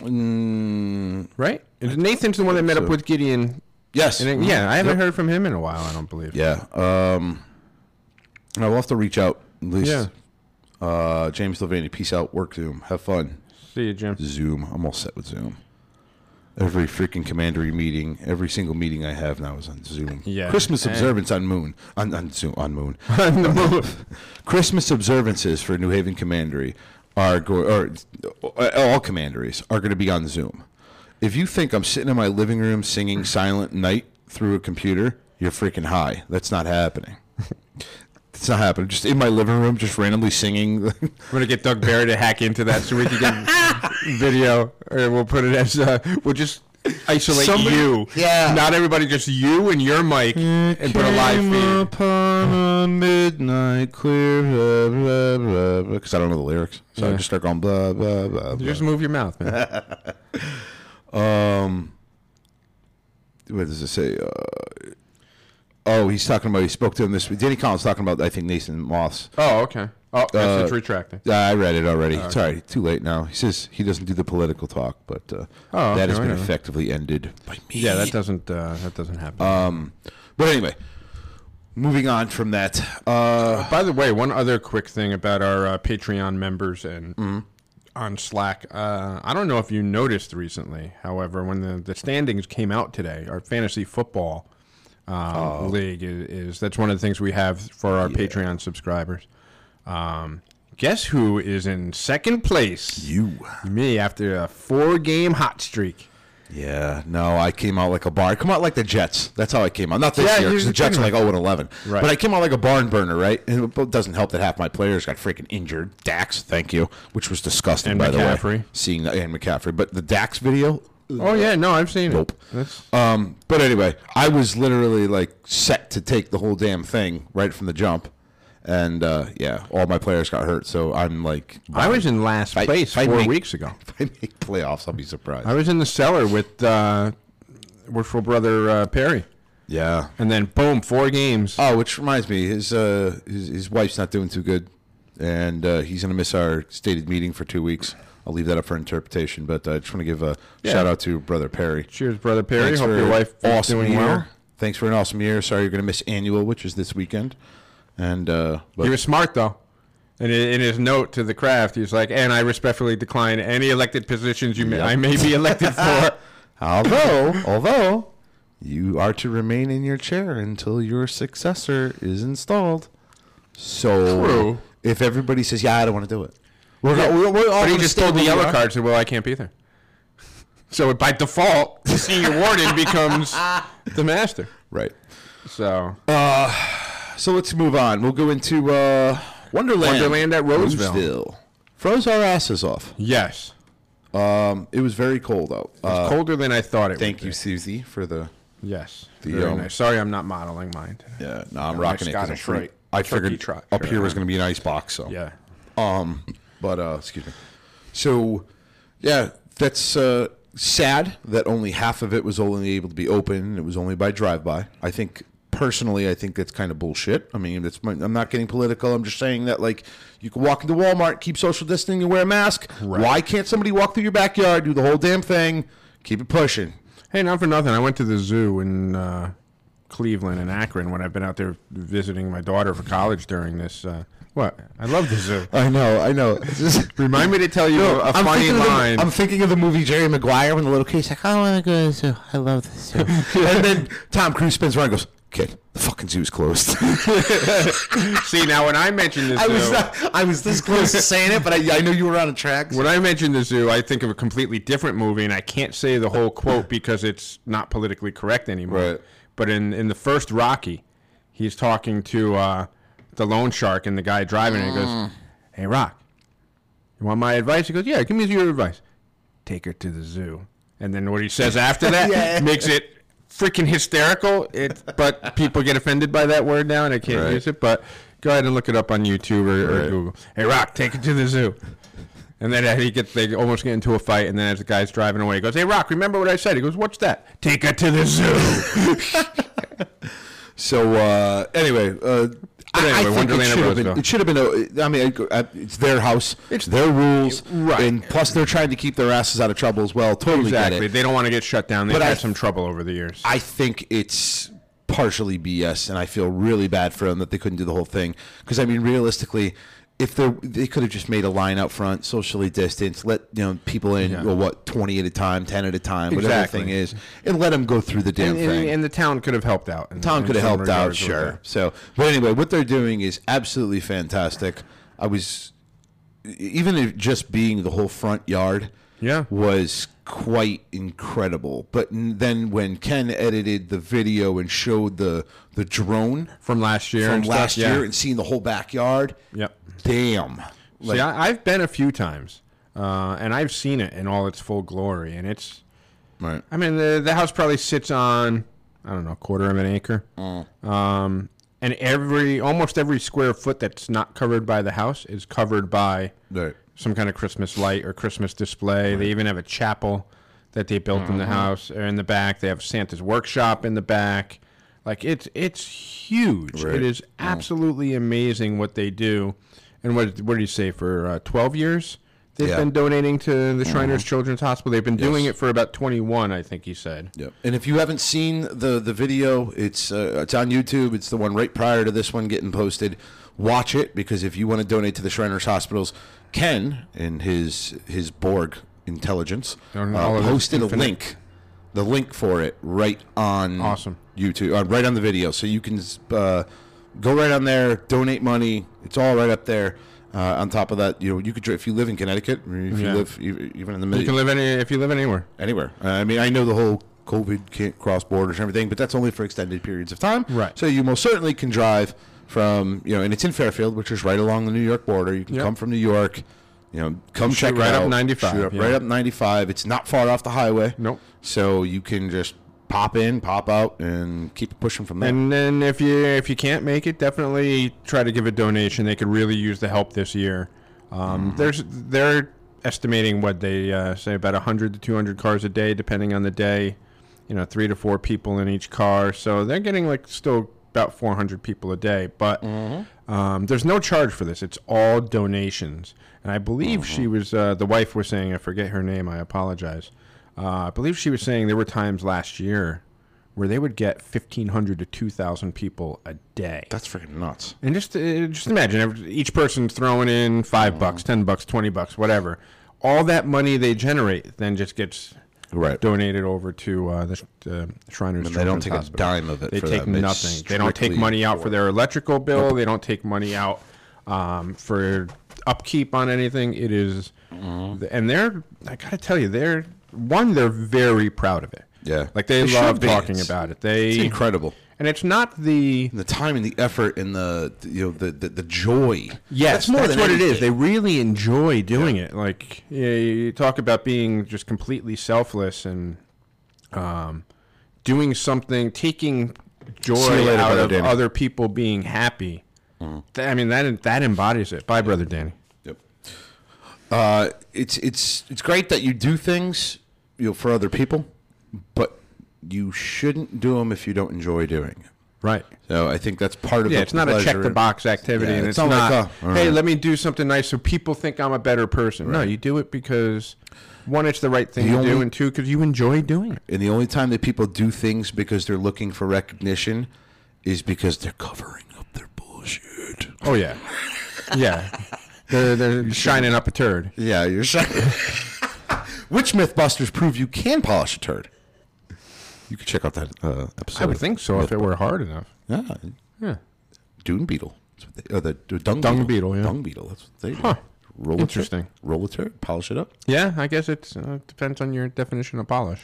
C: Mm,
B: right? And Nathan's the one that met up with Gideon.
C: yes.
B: And it- yeah, I haven't heard from him in a while. I don't believe.
C: Yeah. Um, I will have to reach out at least.
B: Yeah.
C: Uh, James Delaney, peace out. Work Zoom. Have fun.
B: See you, Jim.
C: Zoom. I'm all set with Zoom. Every freaking commandery meeting, every single meeting I have now is on Zoom.
B: Yeah.
C: Christmas
B: Eh.
C: observance on Moon. On, on Zoom. On Moon.
B: On the move.
C: Christmas observances for New Haven Commandery are go- or uh, all commanderies are going to be on Zoom. If you think I'm sitting in my living room singing Silent Night through a computer, you're freaking high. That's not happening. it's not happening. Just in my living room, just randomly singing.
B: I'm gonna get Doug Barry to hack into that so we can get video, and we'll put it as uh, we'll just isolate
C: Somebody-
B: you.
C: Yeah.
B: Not everybody, just you and your mic, and put a live feed.
C: upon a midnight clear, blah, blah, blah, because I don't know the lyrics, so I
B: Yeah.
C: just start going blah blah blah. blah.
B: Just move your mouth, man.
C: what does it say? Uh, oh, he's talking about he spoke to him this week. Danny Collins talking about I think Nathan Moss.
B: oh, okay. Oh, that's it's
C: Uh,
B: retracting.
C: Uh, I read it already. Sorry, too late now. He says he doesn't do the political talk, but uh,
B: Oh,
C: that has
B: okay,
C: been
B: I know.
C: effectively ended by me.
B: Yeah, that doesn't uh, that doesn't happen.
C: But anyway, moving on from that. Uh,
B: By the way, one other quick thing about our uh, Patreon members and
C: Mm-hmm.
B: on Slack. Uh, I don't know if you noticed recently, however, when the, the standings came out today, our fantasy football um,
C: Oh.
B: league is, is that's one of the things we have for our Patreon subscribers. Um, guess who is in second place?
C: you.
B: Me after a four game hot streak.
C: Yeah, no, I came out like a barn. I come out like the Jets. That's how I came out. Not this
B: Yeah,
C: year, 'cause
B: you-
C: the
B: you
C: Jets are
B: came
C: like 0 and 11.
B: Right.
C: But I came out like a barn burner, right? And it doesn't help that half my players got freaking injured. Dax, thank you, which was disgusting,
B: And
C: by the way.
B: McCaffrey.
C: Seeing that, and McCaffrey. But the Dax video.
B: Oh yeah, no, I've seen
C: Nope.
B: it. That's,
C: Um, but anyway, I was literally like set to take the whole damn thing right from the jump. And uh, yeah, all my players got hurt. So I'm like,
B: I was in last
C: I-
B: place
C: I
B: four
C: make-
B: weeks ago.
C: if I make playoffs, I'll be surprised.
B: I was in the cellar with uh, Worshipful Brother uh, Perry.
C: yeah.
B: And then boom, four games.
C: Oh, which reminds me, his uh, his, his wife's not doing too good, and uh, he's gonna miss our stated meeting for two weeks. I'll leave that up for interpretation, but I just want to give a
B: Yeah.
C: shout out to brother Perry.
B: Cheers, brother Perry.
C: Thanks
B: Hope
C: for
B: your wife is
C: awesome
B: doing
C: year.
B: well.
C: Thanks for an awesome year. Sorry you're gonna miss annual, which is this weekend. And uh, but
B: He was smart though. And i- in his note to the craft, he's like, "And I respectfully decline any elected positions you may,
C: Yep.
B: I may be elected for."
C: although although you are to remain in your chair until your successor is installed. So
B: True.
C: if everybody says, "Yeah, I don't want to do it," we're,
B: Yeah.
C: go- we're, we're all
B: But he
C: gonna
B: just
C: stay
B: pulled the
C: where we
B: yellow
C: are.
B: card. Said, "Well, I can't be there." So by default, the senior warden becomes the master.
C: Right.
B: So
C: So let's move on. We'll go into uh, Wonderland.
B: Wonderland at Roseville.
C: Roseville. Froze our asses off.
B: yes,
C: Um, it was very cold Uh, out.
B: it's
C: Uh,
B: colder than I thought it.
C: thank
B: would
C: you, Susie, for the.
B: Be. Yes.
C: The,
B: Very
C: um,
B: nice. Sorry, I'm not modeling mine.
C: Yeah, no, I'm
B: my
C: rocking it. 'cause
B: Scottish
C: I'm pretty-
B: right.
C: I
B: Turkey
C: figured
B: trot.
C: up here
B: Sure.
C: was going to be an ice box. So
B: Yeah.
C: Um, but uh, excuse me. So, yeah, that's uh, sad that only half of it was only able to be open. It was only by drive-by. I think personally, I think that's kind of bullshit. I mean, that's my, I'm not getting political. I'm just saying that like you can walk into Walmart, keep social distancing, and wear a mask. Why can't somebody walk through your backyard, do the whole damn thing, keep it pushing?
B: Hey, not for nothing. I went to the zoo in uh, Cleveland and Akron when I've been out there visiting my daughter for college during this. Uh, what? I love the zoo.
C: I know, I know.
B: Remind me to tell you a
C: I'm
B: funny
C: thinking of the-
B: line.
C: I'm thinking of the movie Jerry Maguire when the little kid's like, I want to go to the zoo. I love the zoo. and then Tom Cruise spins around and goes, Kid, the fucking zoo's closed.
B: See, now when I mention the zoo,
C: I was not, I was this close to saying it, but I, I know you were on a track.
B: when I mention the zoo, I think of a completely different movie, and I can't say the whole quote because it's not politically correct anymore.
C: Right.
B: But in in the first Rocky, he's talking to uh, the loan shark and the guy driving, and he goes, "Hey, Rock, you want my advice?" He goes, "Yeah, give me your advice. Take her to the zoo." And then what he says after that
C: Yeah.
B: makes it freaking hysterical. It, but people get offended by that word now, and I can't
C: Right.
B: use it. But go ahead and look it up on YouTube or, or
C: Right.
B: Google. Hey, Rock, take her to the zoo. And then he gets, they almost get into a fight, and then as the guy's driving away, he goes, "Hey, Rock, remember what I said?" He goes, "What's that? Take her to the zoo."
C: So uh, anyway, uh, I,
B: anyway,
C: I think
B: Wonderland of
C: it should have
B: Roseville.
C: been. It should have been. A, I mean, I- I- it's their house, it's their rules,
B: Right.
C: And plus, they're trying to keep their asses out of trouble as well. Totally get it.
B: exactly. They don't want to get shut down. They've
C: But I-
B: had some trouble over the years.
C: I think it's partially BS, and I feel really bad for them that they couldn't do the whole thing. Because I mean, realistically, if they they could have just made a line out front, socially distanced, let you know people in, well, what twenty at a time, ten at a time, whatever the
B: Exactly.
C: thing is, and let them go through the damn
B: and, and-
C: thing.
B: and the town could have helped out. in-
C: Tom
B: in
C: could have
B: some
C: helped out,
B: regards with
C: sure.
B: that.
C: So, but anyway, what they're doing is absolutely fantastic. I was e-, even if just being the whole front yard,
B: Yeah.
C: was quite incredible. But n- then when Ken edited the video and showed the the drone
B: From last year,
C: from
B: and stuff,
C: last
B: yeah.
C: year and seeing the whole backyard,
B: Yep.
C: damn, like
B: See, I, I've been a few times, uh, and I've seen it in all its full glory, and it's.
C: right,
B: I mean, the the house probably sits on I don't know, a quarter of an acre. Um, and every almost every square foot that's not covered by the house is covered by
C: right,
B: some kind of Christmas light or Christmas display. They even have a chapel that they built
C: Mm-hmm.
B: in the house or in the back. They have Santa's workshop in the back. Like it's it's huge.
C: Right. Mm.
B: It is absolutely amazing what they do. And what what do you say for uh, twelve years? They've
C: Yeah. Mm-hmm.
B: been donating to the Shriners Children's Hospital. They've been doing it for about twenty one, I think he said.
C: Yep. And if you haven't seen the the video, it's uh, it's on YouTube. It's the one right prior to this one getting posted. Watch it because if you want to donate to the Shriners Hospitals, Ken and his his Borg intelligence uh,
B: Don't all of this
C: posted a
B: infinite-
C: link, the link for it right on
B: Awesome.
C: YouTube, uh, right on the video, so you can uh, go right on there, donate money. It's all right up there. Uh, on top of that, you know, you could dr- if you live in Connecticut, or if you
B: Yeah.
C: live e- even in the
B: You
C: middle,
B: can live any if you live anywhere.
C: anywhere. Uh, I mean, I know the whole COVID can't cross borders and everything, but that's only for extended periods of time.
B: Right.
C: So you most certainly can drive from you know, and it's in Fairfield, which is right along the New York border. You can
B: Yep.
C: come from New York. You know, come check it
B: right up
C: out.
B: 95,
C: Shoot up
B: yeah.
C: Right up 95. It's not far off the highway.
B: Nope.
C: So you can just pop in, pop out, and keep pushing from there.
B: And then if you if you can't make it, definitely try to give a donation. They could really use the help this year. Um,
C: Mm-hmm.
B: There's they're estimating what they uh, say about 100 to 200 cars a day, depending on the day. You know, three to four people in each car, so they're getting like still about 400 people a day. But
C: Mm-hmm.
B: um, there's no charge for this; it's all donations. And I believe
C: Mm-hmm.
B: she was uh, the wife was saying I forget her name. I apologize. Uh, I believe she was saying there were times last year where they would get 1500 to 2000 people a day
C: that's freaking nuts.
B: and just uh, just imagine every, each person throwing in
C: Mm-hmm.
B: 5 bucks 10 bucks 20 bucks whatever all that money they generate then just gets
C: Right.
B: donated over to uh, the Sh- uh, Shriners
C: they don't
B: Children's
C: take
B: Hospital.
C: a dime of it.
B: They
C: for
B: take
C: them. It's
B: nothing. They don't take
C: strictly-
B: money out for their electrical bill. They don't take money out um, for upkeep on anything.
C: Mm-hmm.
B: It is- and they're. I gotta tell you, they're one. They're very proud of it.
C: Yeah.
B: Like they,
C: It should
B: love
C: be.
B: talking
C: It's-
B: about it. They
C: It's incredible.
B: and it's not the
C: And the time and the effort and the you know the the, the joy.
B: Yes, that's,
C: than
B: what it is.
C: anything.
B: They really enjoy doing it. Like you, you talk about being just completely selfless and um, doing something, taking joy
C: See you later,
B: out
C: Brother
B: of
C: Danny. Mm-hmm.
B: other people being happy. Th- I mean that that embodies it. Bye, brother Danny.
C: Yep. Uh, it's it's it's great that you do things you know for other people, but you shouldn't do them if you don't enjoy doing it.
B: Right.
C: So I think that's part of
B: Yeah,
C: the
B: it's not a check
C: pleasure.
B: the box activity,
C: Yeah,
B: and it's not.
C: it's not like, oh, all
B: hey,
C: right.
B: let me do something nice so people think I'm a better person. No, you do it because one, it's the right thing
C: The
B: to do,
C: only-
B: and two, because you enjoy doing it.
C: And the only time that people do things because they're looking for recognition is because they're covering up their bullshit.
B: Oh yeah, yeah. They're, they're shining up a turd.
C: Yeah, you're shocking. Which MythBusters prove you can polish a turd? You can check out that uh, episode.
B: I would think so if it were hard enough.
C: Yeah.
B: Yeah.
C: Dune beetle. That's what they, or the the dung,
B: Dung beetle, yeah.
C: Dung beetle. That's what they do.
B: Huh.
C: Roll A
B: Interesting.
C: turd, roll a turd. Polish it up.
B: Yeah, I guess it uh, depends on your definition of polish.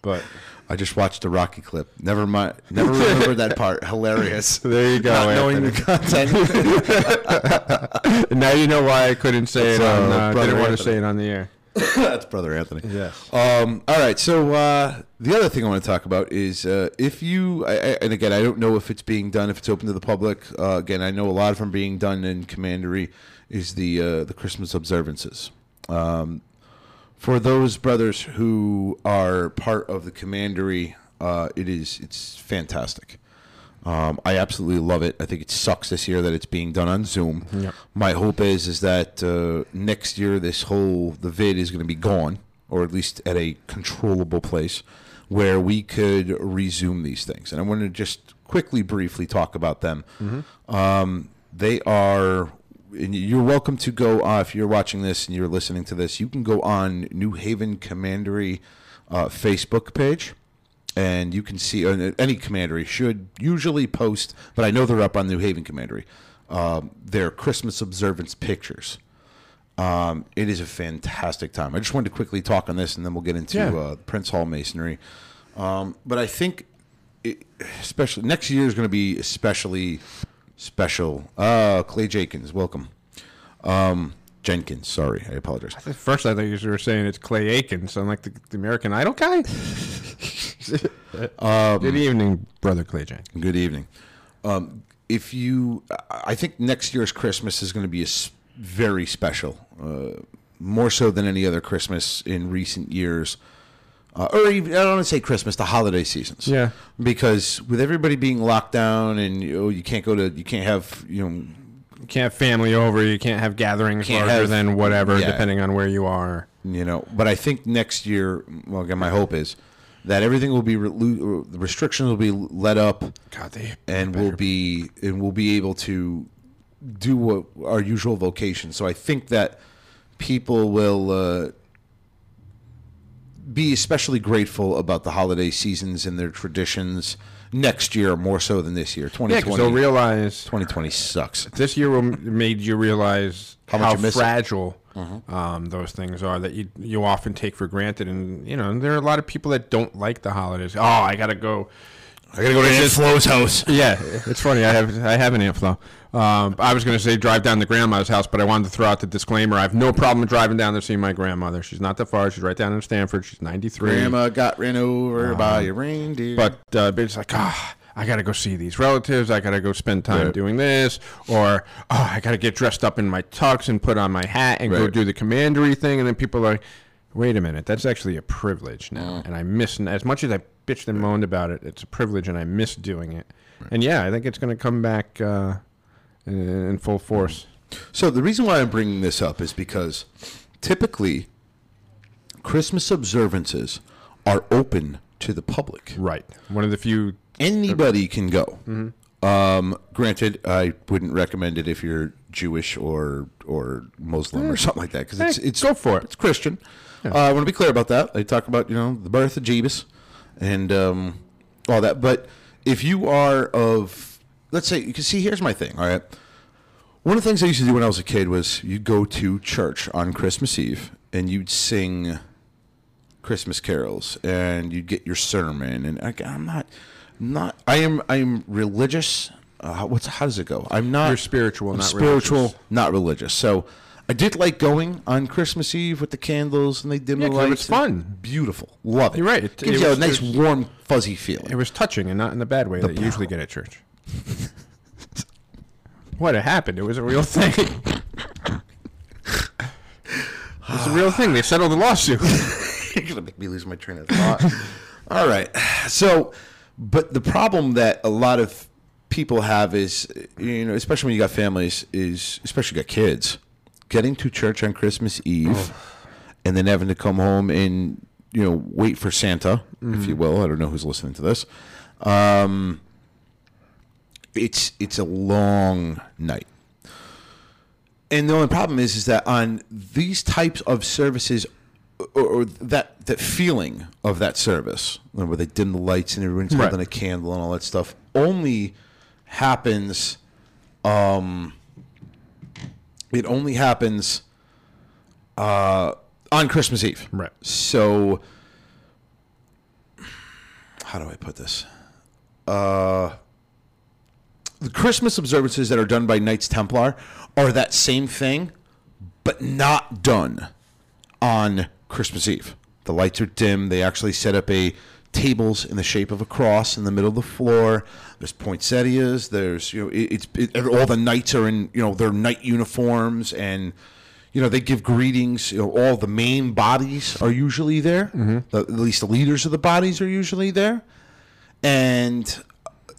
B: But
C: I just watched the Rocky clip. Never mind. Never remember that part. Hilarious.
B: there you go.
C: Not knowing the
B: Anthony.
C: content.
B: now you know why I couldn't say it.
C: That's,
B: On,
C: uh,
B: uh,
C: Brother
B: didn't want to
C: Anthony.
B: say it on the air.
C: That's brother Anthony.
B: Yes.
C: Um, all right. So uh, the other thing I want to talk about is uh, if you, I, I, and again, I don't know if it's being done, if it's open to the public. Uh, again, I know a lot of them being done in Commandery is the uh, the Christmas observances. Um, for those brothers who are part of the Commandery, uh, it is it's fantastic. Um, I absolutely love it. I think it sucks this year that it's being done on Zoom. My hope is is that uh, next year this whole the vid is going to be gone, or at least at a controllable place where we could resume these things. And I want to just quickly, briefly talk about them. Um, they are. And you're welcome to go uh, if you're watching this and you're listening to this. You can go on New Haven Commandery uh, Facebook page and you can see uh, any commandery should usually post, but I know they're up on New Haven Commandery. Um, their Christmas observance pictures. Um, it is a fantastic time. I just wanted to quickly talk on this, and then we'll get into
B: Yeah.
C: uh, Prince Hall Masonry. Um, but I think, it, especially next year is going to be especially special. Uh, Clay Jenkins, welcome. Um, Jenkins, sorry, I apologize.
B: At first, I thought you were saying it's Clay Aikens. I'm like the, the American Idol guy. Good evening, brother Clay Jenkins.
C: Good evening. Um, if you, I I think next year's Christmas is going to be a s- very special, uh, more so than any other Christmas in recent years, uh, or even I don't want to say Christmas, the holiday seasons.
B: Yeah.
C: because with everybody being locked down and you, know, you can't go to, you can't have, you know,
B: You can't have family over. You can't have gatherings
C: Can't
B: larger
C: have-
B: than whatever,
C: yeah.
B: depending on where you are.
C: you know. But I think next year, well, again, my hope is that everything will be re- lo- the restrictions will be let up.
B: God, they
C: and we'll be and we'll be able to do what our usual vocation. So I think that people will uh, be especially grateful about the holiday seasons and their traditions next year more so than this year.
B: yeah, because
C: 2020,
B: they'll realize
C: 2020 sucks.
B: this year will- made you realize how,
C: How much you miss it. Mm-hmm.
B: fragile um, those things are that you you often take for granted. And you know, and there are a lot of people that don't like the holidays. Oh, I gotta go.
C: I gotta go to Aunt Flo's house.
B: Yeah, it's funny. I have I have an aunt Flo. Um, I was going to say drive down to grandma's house, but I wanted to throw out the disclaimer. I have no problem driving down to see my grandmother. She's not that far. She's right down in Stanford. She's ninety three.
C: Grandma got ran over Uh-huh. by a reindeer.
B: But uh, but it's like, ah, I gotta go see these relatives. I gotta go spend time
C: Right.
B: doing this, or oh, I gotta get dressed up in my tux and put on my hat and go
C: Right.
B: do the commandery thing. And then people are like, wait a minute, that's actually a privilege now, and I miss as much as I bitched and moaned about it. It's a privilege, and I miss doing it. And yeah, I think it's gonna come back uh, in, in full force.
C: So the reason why I'm bringing this up is because typically Christmas observances are open to the public.
B: Right, one of the few.
C: Anybody can go.
B: Mm-hmm.
C: Um, granted, I wouldn't recommend it if you're Jewish or or Muslim or something like that because it's
B: Eh,
C: it's
B: go for it.
C: It's Christian. Uh, I want to be clear about that. I talk about you know the birth of Jesus and um, all that, but if you are of let's say you can see here's my thing. All right. One of the things I used to do when I was a kid was you'd go to church on Christmas Eve and you'd sing Christmas carols and you'd get your sermon. And I, I'm not, not. I am. I am religious. Uh, how- what's how does it go? I'm not.
B: You're spiritual,
C: I'm
B: not
C: spiritual,
B: religious.
C: not religious. So. I did like going on Christmas Eve with the candles and they dim
B: Yeah,
C: the
B: 'cause it
C: lights.
B: was fun.
C: beautiful, love it.
B: You're right. It-
C: It, gives
B: it
C: you
B: was-
C: a nice
B: it was-
C: warm, fuzzy feeling.
B: It was touching and not in the bad way that you usually get at church. what had happened? It was a real thing. It's a real thing. They settled the lawsuit.
C: You're gonna make me lose my train of thought. All right. So, but the problem that a lot of people have is, you know, especially when you got families, is especially got kids, getting to church on Christmas Eve,
B: Oh.
C: and then having to come home and you know wait for Santa, if
B: Mm-hmm.
C: you will. I don't know who's listening to this. Um, it's it's a long night. And the only problem is, is that on these types of services, or, or that that feeling of that service, where they dim the lights and everyone's
B: Right.
C: holding a candle and all that stuff, only happens. Um, it only happens uh, on Christmas Eve.
B: Right.
C: So, how do I put this? Uh, the Christmas observances that are done by Knights Templar are that same thing, but not done on Christmas Eve. The lights are dim. They actually set up a tables in the shape of a cross in the middle of the floor. There's poinsettias. There's you know it, it's it, and all the knights are in you know their knight uniforms and you know they give greetings. You know all the main bodies are usually there. The, at least the leaders of the bodies are usually there and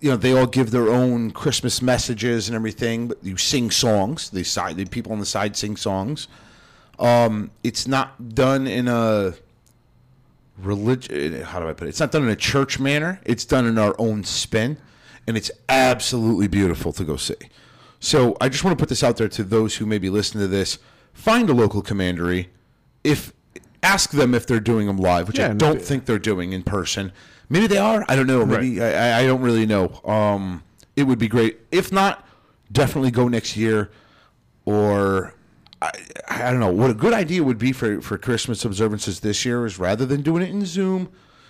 C: you know they all give their own Christmas messages and everything. But you sing songs. They side the people on the side sing songs. Um, it's not done in a religion. How do I put it? It's not done in a church manner. It's done in our own spin, and it's absolutely beautiful to go see. So I just want to put this out there to those who may be listening to this: find a local commandery. If ask them if they're doing them live, which
B: Yeah,
C: I
B: and-
C: don't think they're doing in person. Maybe they are. I don't know. Maybe I, I- I don't really know. Um, it would be great. If not, definitely go next year. Or I, I don't know. What a good idea would be for, for Christmas observances this year is rather than doing it in Zoom.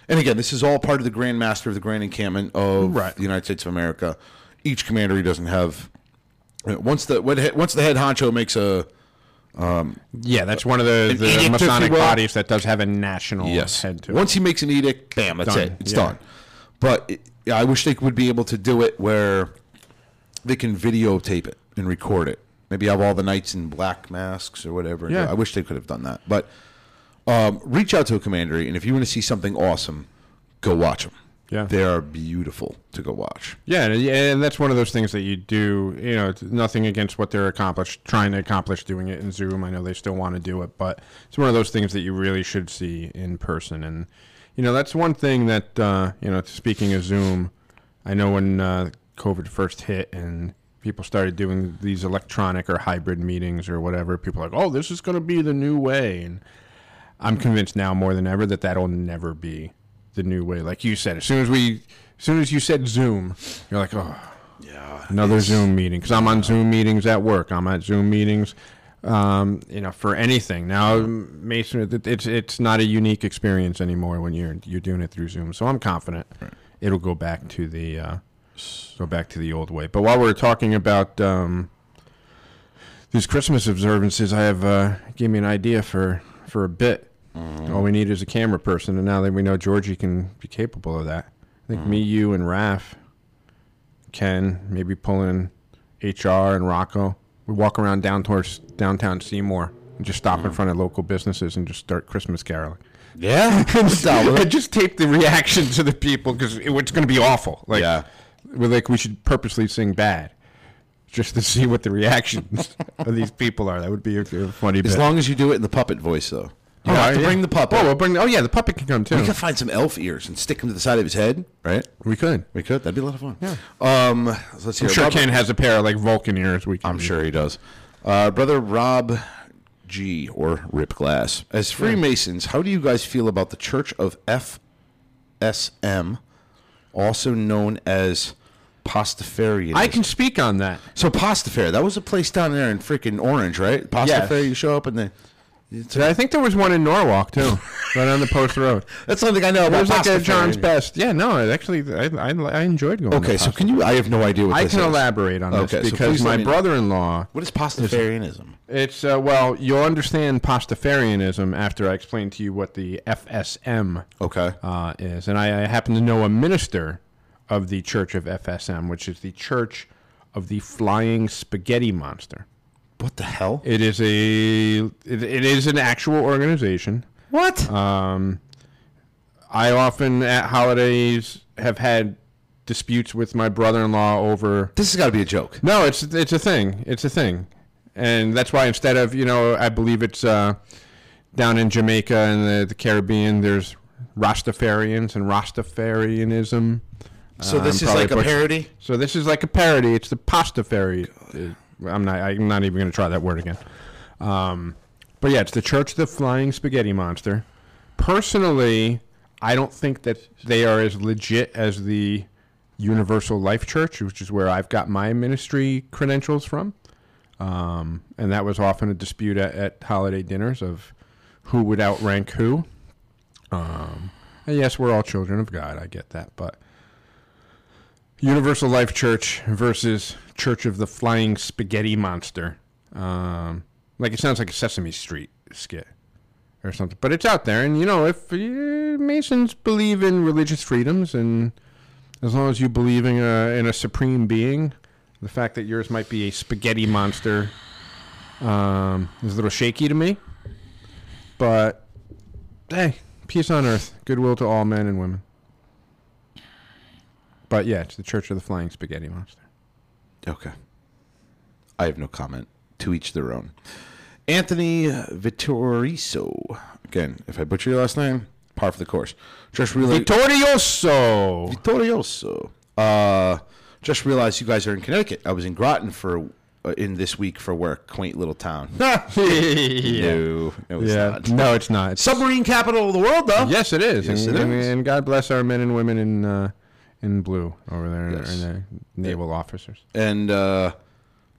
C: And again, this is all part of the Grand Master of the Grand Encampment of
B: Right.
C: the United States of America. Each commandery doesn't have. Once the when- once the head honcho makes a
B: yeah, that's one of the,
C: edict, if
B: the
C: you
B: Masonic
C: will.
B: bodies that does have a national
C: Yes.
B: head to it.
C: Once he makes an edict, bam, that's
B: Done.
C: it. It's
B: Yeah.
C: done. But it, yeah, I wish they would be able to do it where they can videotape it and record it. Maybe have all the knights in black masks or whatever.
B: Yeah.
C: I wish they could have done that. But um, reach out to a commandery, and if you want to see something awesome, go watch them.
B: Yeah.
C: They are beautiful to go watch.
B: Yeah, and- yeah, and that's one of those things that you do. You know, it's nothing against what they're accomplished, trying to accomplish doing it in Zoom. I know they still want to do it, but it's one of those things that you really should see in person. And you know, that's one thing that uh, you know. Speaking of Zoom, I know when uh, COVID first hit and people started doing these electronic or hybrid meetings or whatever, people are like, "Oh, this is going to be the new way," and I'm convinced now more than ever that that'll never be the new way. Like you said, as soon as we, as soon as you said Zoom, you're like, oh,
C: Yeah.
B: another Zoom meeting. Because I'm on Zoom meetings at work. I'm at Zoom meetings, um, you know, for anything. Now, Mason, it- it's it's not a unique experience anymore when you're you're doing it through Zoom. So I'm confident it'll go back to the uh, go back to the old way. But while we're talking about um, these Christmas observances, I have uh, gave me an idea for for a bit. All we need is a camera person, and now that we know Georgie can be capable of that, I think me, you, and Raf can maybe pull in HR and Rocco. We walk around down towards downtown Seymour and just stop in front of local businesses and just start Christmas caroling.
C: Yeah.
B: I just tape the reaction to the people because it, it's going to be awful. Like,
C: Yeah.
B: we're like we should purposely sing bad just to see what the reactions of these people are. That would be a, a funny
C: as
B: bit.
C: long as you do it in the puppet voice, though. You have to
B: yeah.
C: bring the puppet.
B: Oh, we'll bring. Oh yeah, the puppet can come too.
C: we could find some elf ears and stick them to the side of his head, right?
B: We could.
C: We could. That'd be a lot of fun. Yeah. Um, so let's see.
B: I'm
C: here.
B: sure
C: Robert-
B: Ken has a pair of like Vulcan ears. We can
C: I'm sure he does. Uh, brother Rob G or Rip Glass. As Freemasons, how do you guys feel about the Church of FSM, also known as Pastafarianism?
B: I can speak on that.
C: So Pastafari, that was a place down there in freaking Orange, right? Pastafari, you show up and they It's-
B: I think there was one in Norwalk too, right on the post road.
C: That's something I know
B: It
C: about.
B: was like
C: pasta
B: a John's
C: fairing.
B: Best. Yeah, no, it actually, I, I, I enjoyed going.
C: Okay,
B: to
C: so
B: pasta.
C: can you? I have no idea what
B: I
C: this
B: can
C: is.
B: elaborate on
C: Okay, so
B: this because
C: please let
B: my
C: me know.
B: brother-in-law.
C: What is pastafarianism?
B: It's uh, well, you'll understand Pastafarianism after I explain to you what the FSM
C: Okay.
B: uh, is. And I, I happen to know a minister of the Church of FSM, which is the Church of the Flying Spaghetti Monster.
C: What the hell?
B: It is a it, it is an actual organization.
C: What?
B: Um, I often at holidays have had disputes with my brother-in-law over
C: this has got to be a joke.
B: no, it's it's a thing. It's a thing, and that's why instead of you know, I believe it's uh, down in Jamaica and the, the Caribbean. There's Rastafarians and Rastafarianism.
C: So this
B: I'm
C: is like
B: probably
C: a
B: butch-
C: parody.
B: So this is like a parody. It's the Pastafari. uh, I'm not. I'm not even going to try that word again. Um, but yeah, it's the Church of the Flying Spaghetti Monster. Personally, I don't think that they are as legit as the Universal Life Church, which is where I've got my ministry credentials from. Um, and that was often a dispute at, at holiday dinners of who would outrank who. Um, and yes, we're all children of God. I get that, but Universal Life Church versus Church of the Flying Spaghetti Monster. Um, like it sounds like a Sesame Street skit or something, but it's out there. And you know, if uh, Masons believe in religious freedoms, and as long as you believe in a, in a supreme being, the fact that yours might be a spaghetti monster um, is a little shaky to me. But hey, peace on earth, goodwill to all men and women. But yeah, it's the Church of the Flying Spaghetti Monster.
C: Okay. I have no comment. To each their own. Anthony Vittoriso. Again, if I butcher your last name, par for the course. Just really
B: Vittorioso.
C: Vittorioso. Uh, just realized you guys are in Connecticut. I was in Groton for uh, in this week for work. Quaint little town.
B: yeah.
C: No, no, it's
B: yeah.
C: not.
B: No, it's not. It's-
C: Submarine capital of the world, though.
B: yes, it is.
C: Yes,
B: and,
C: it
B: and-
C: is.
B: and God bless our men and women in uh, in blue over there,
C: Yes.
B: and their naval officers.
C: And uh,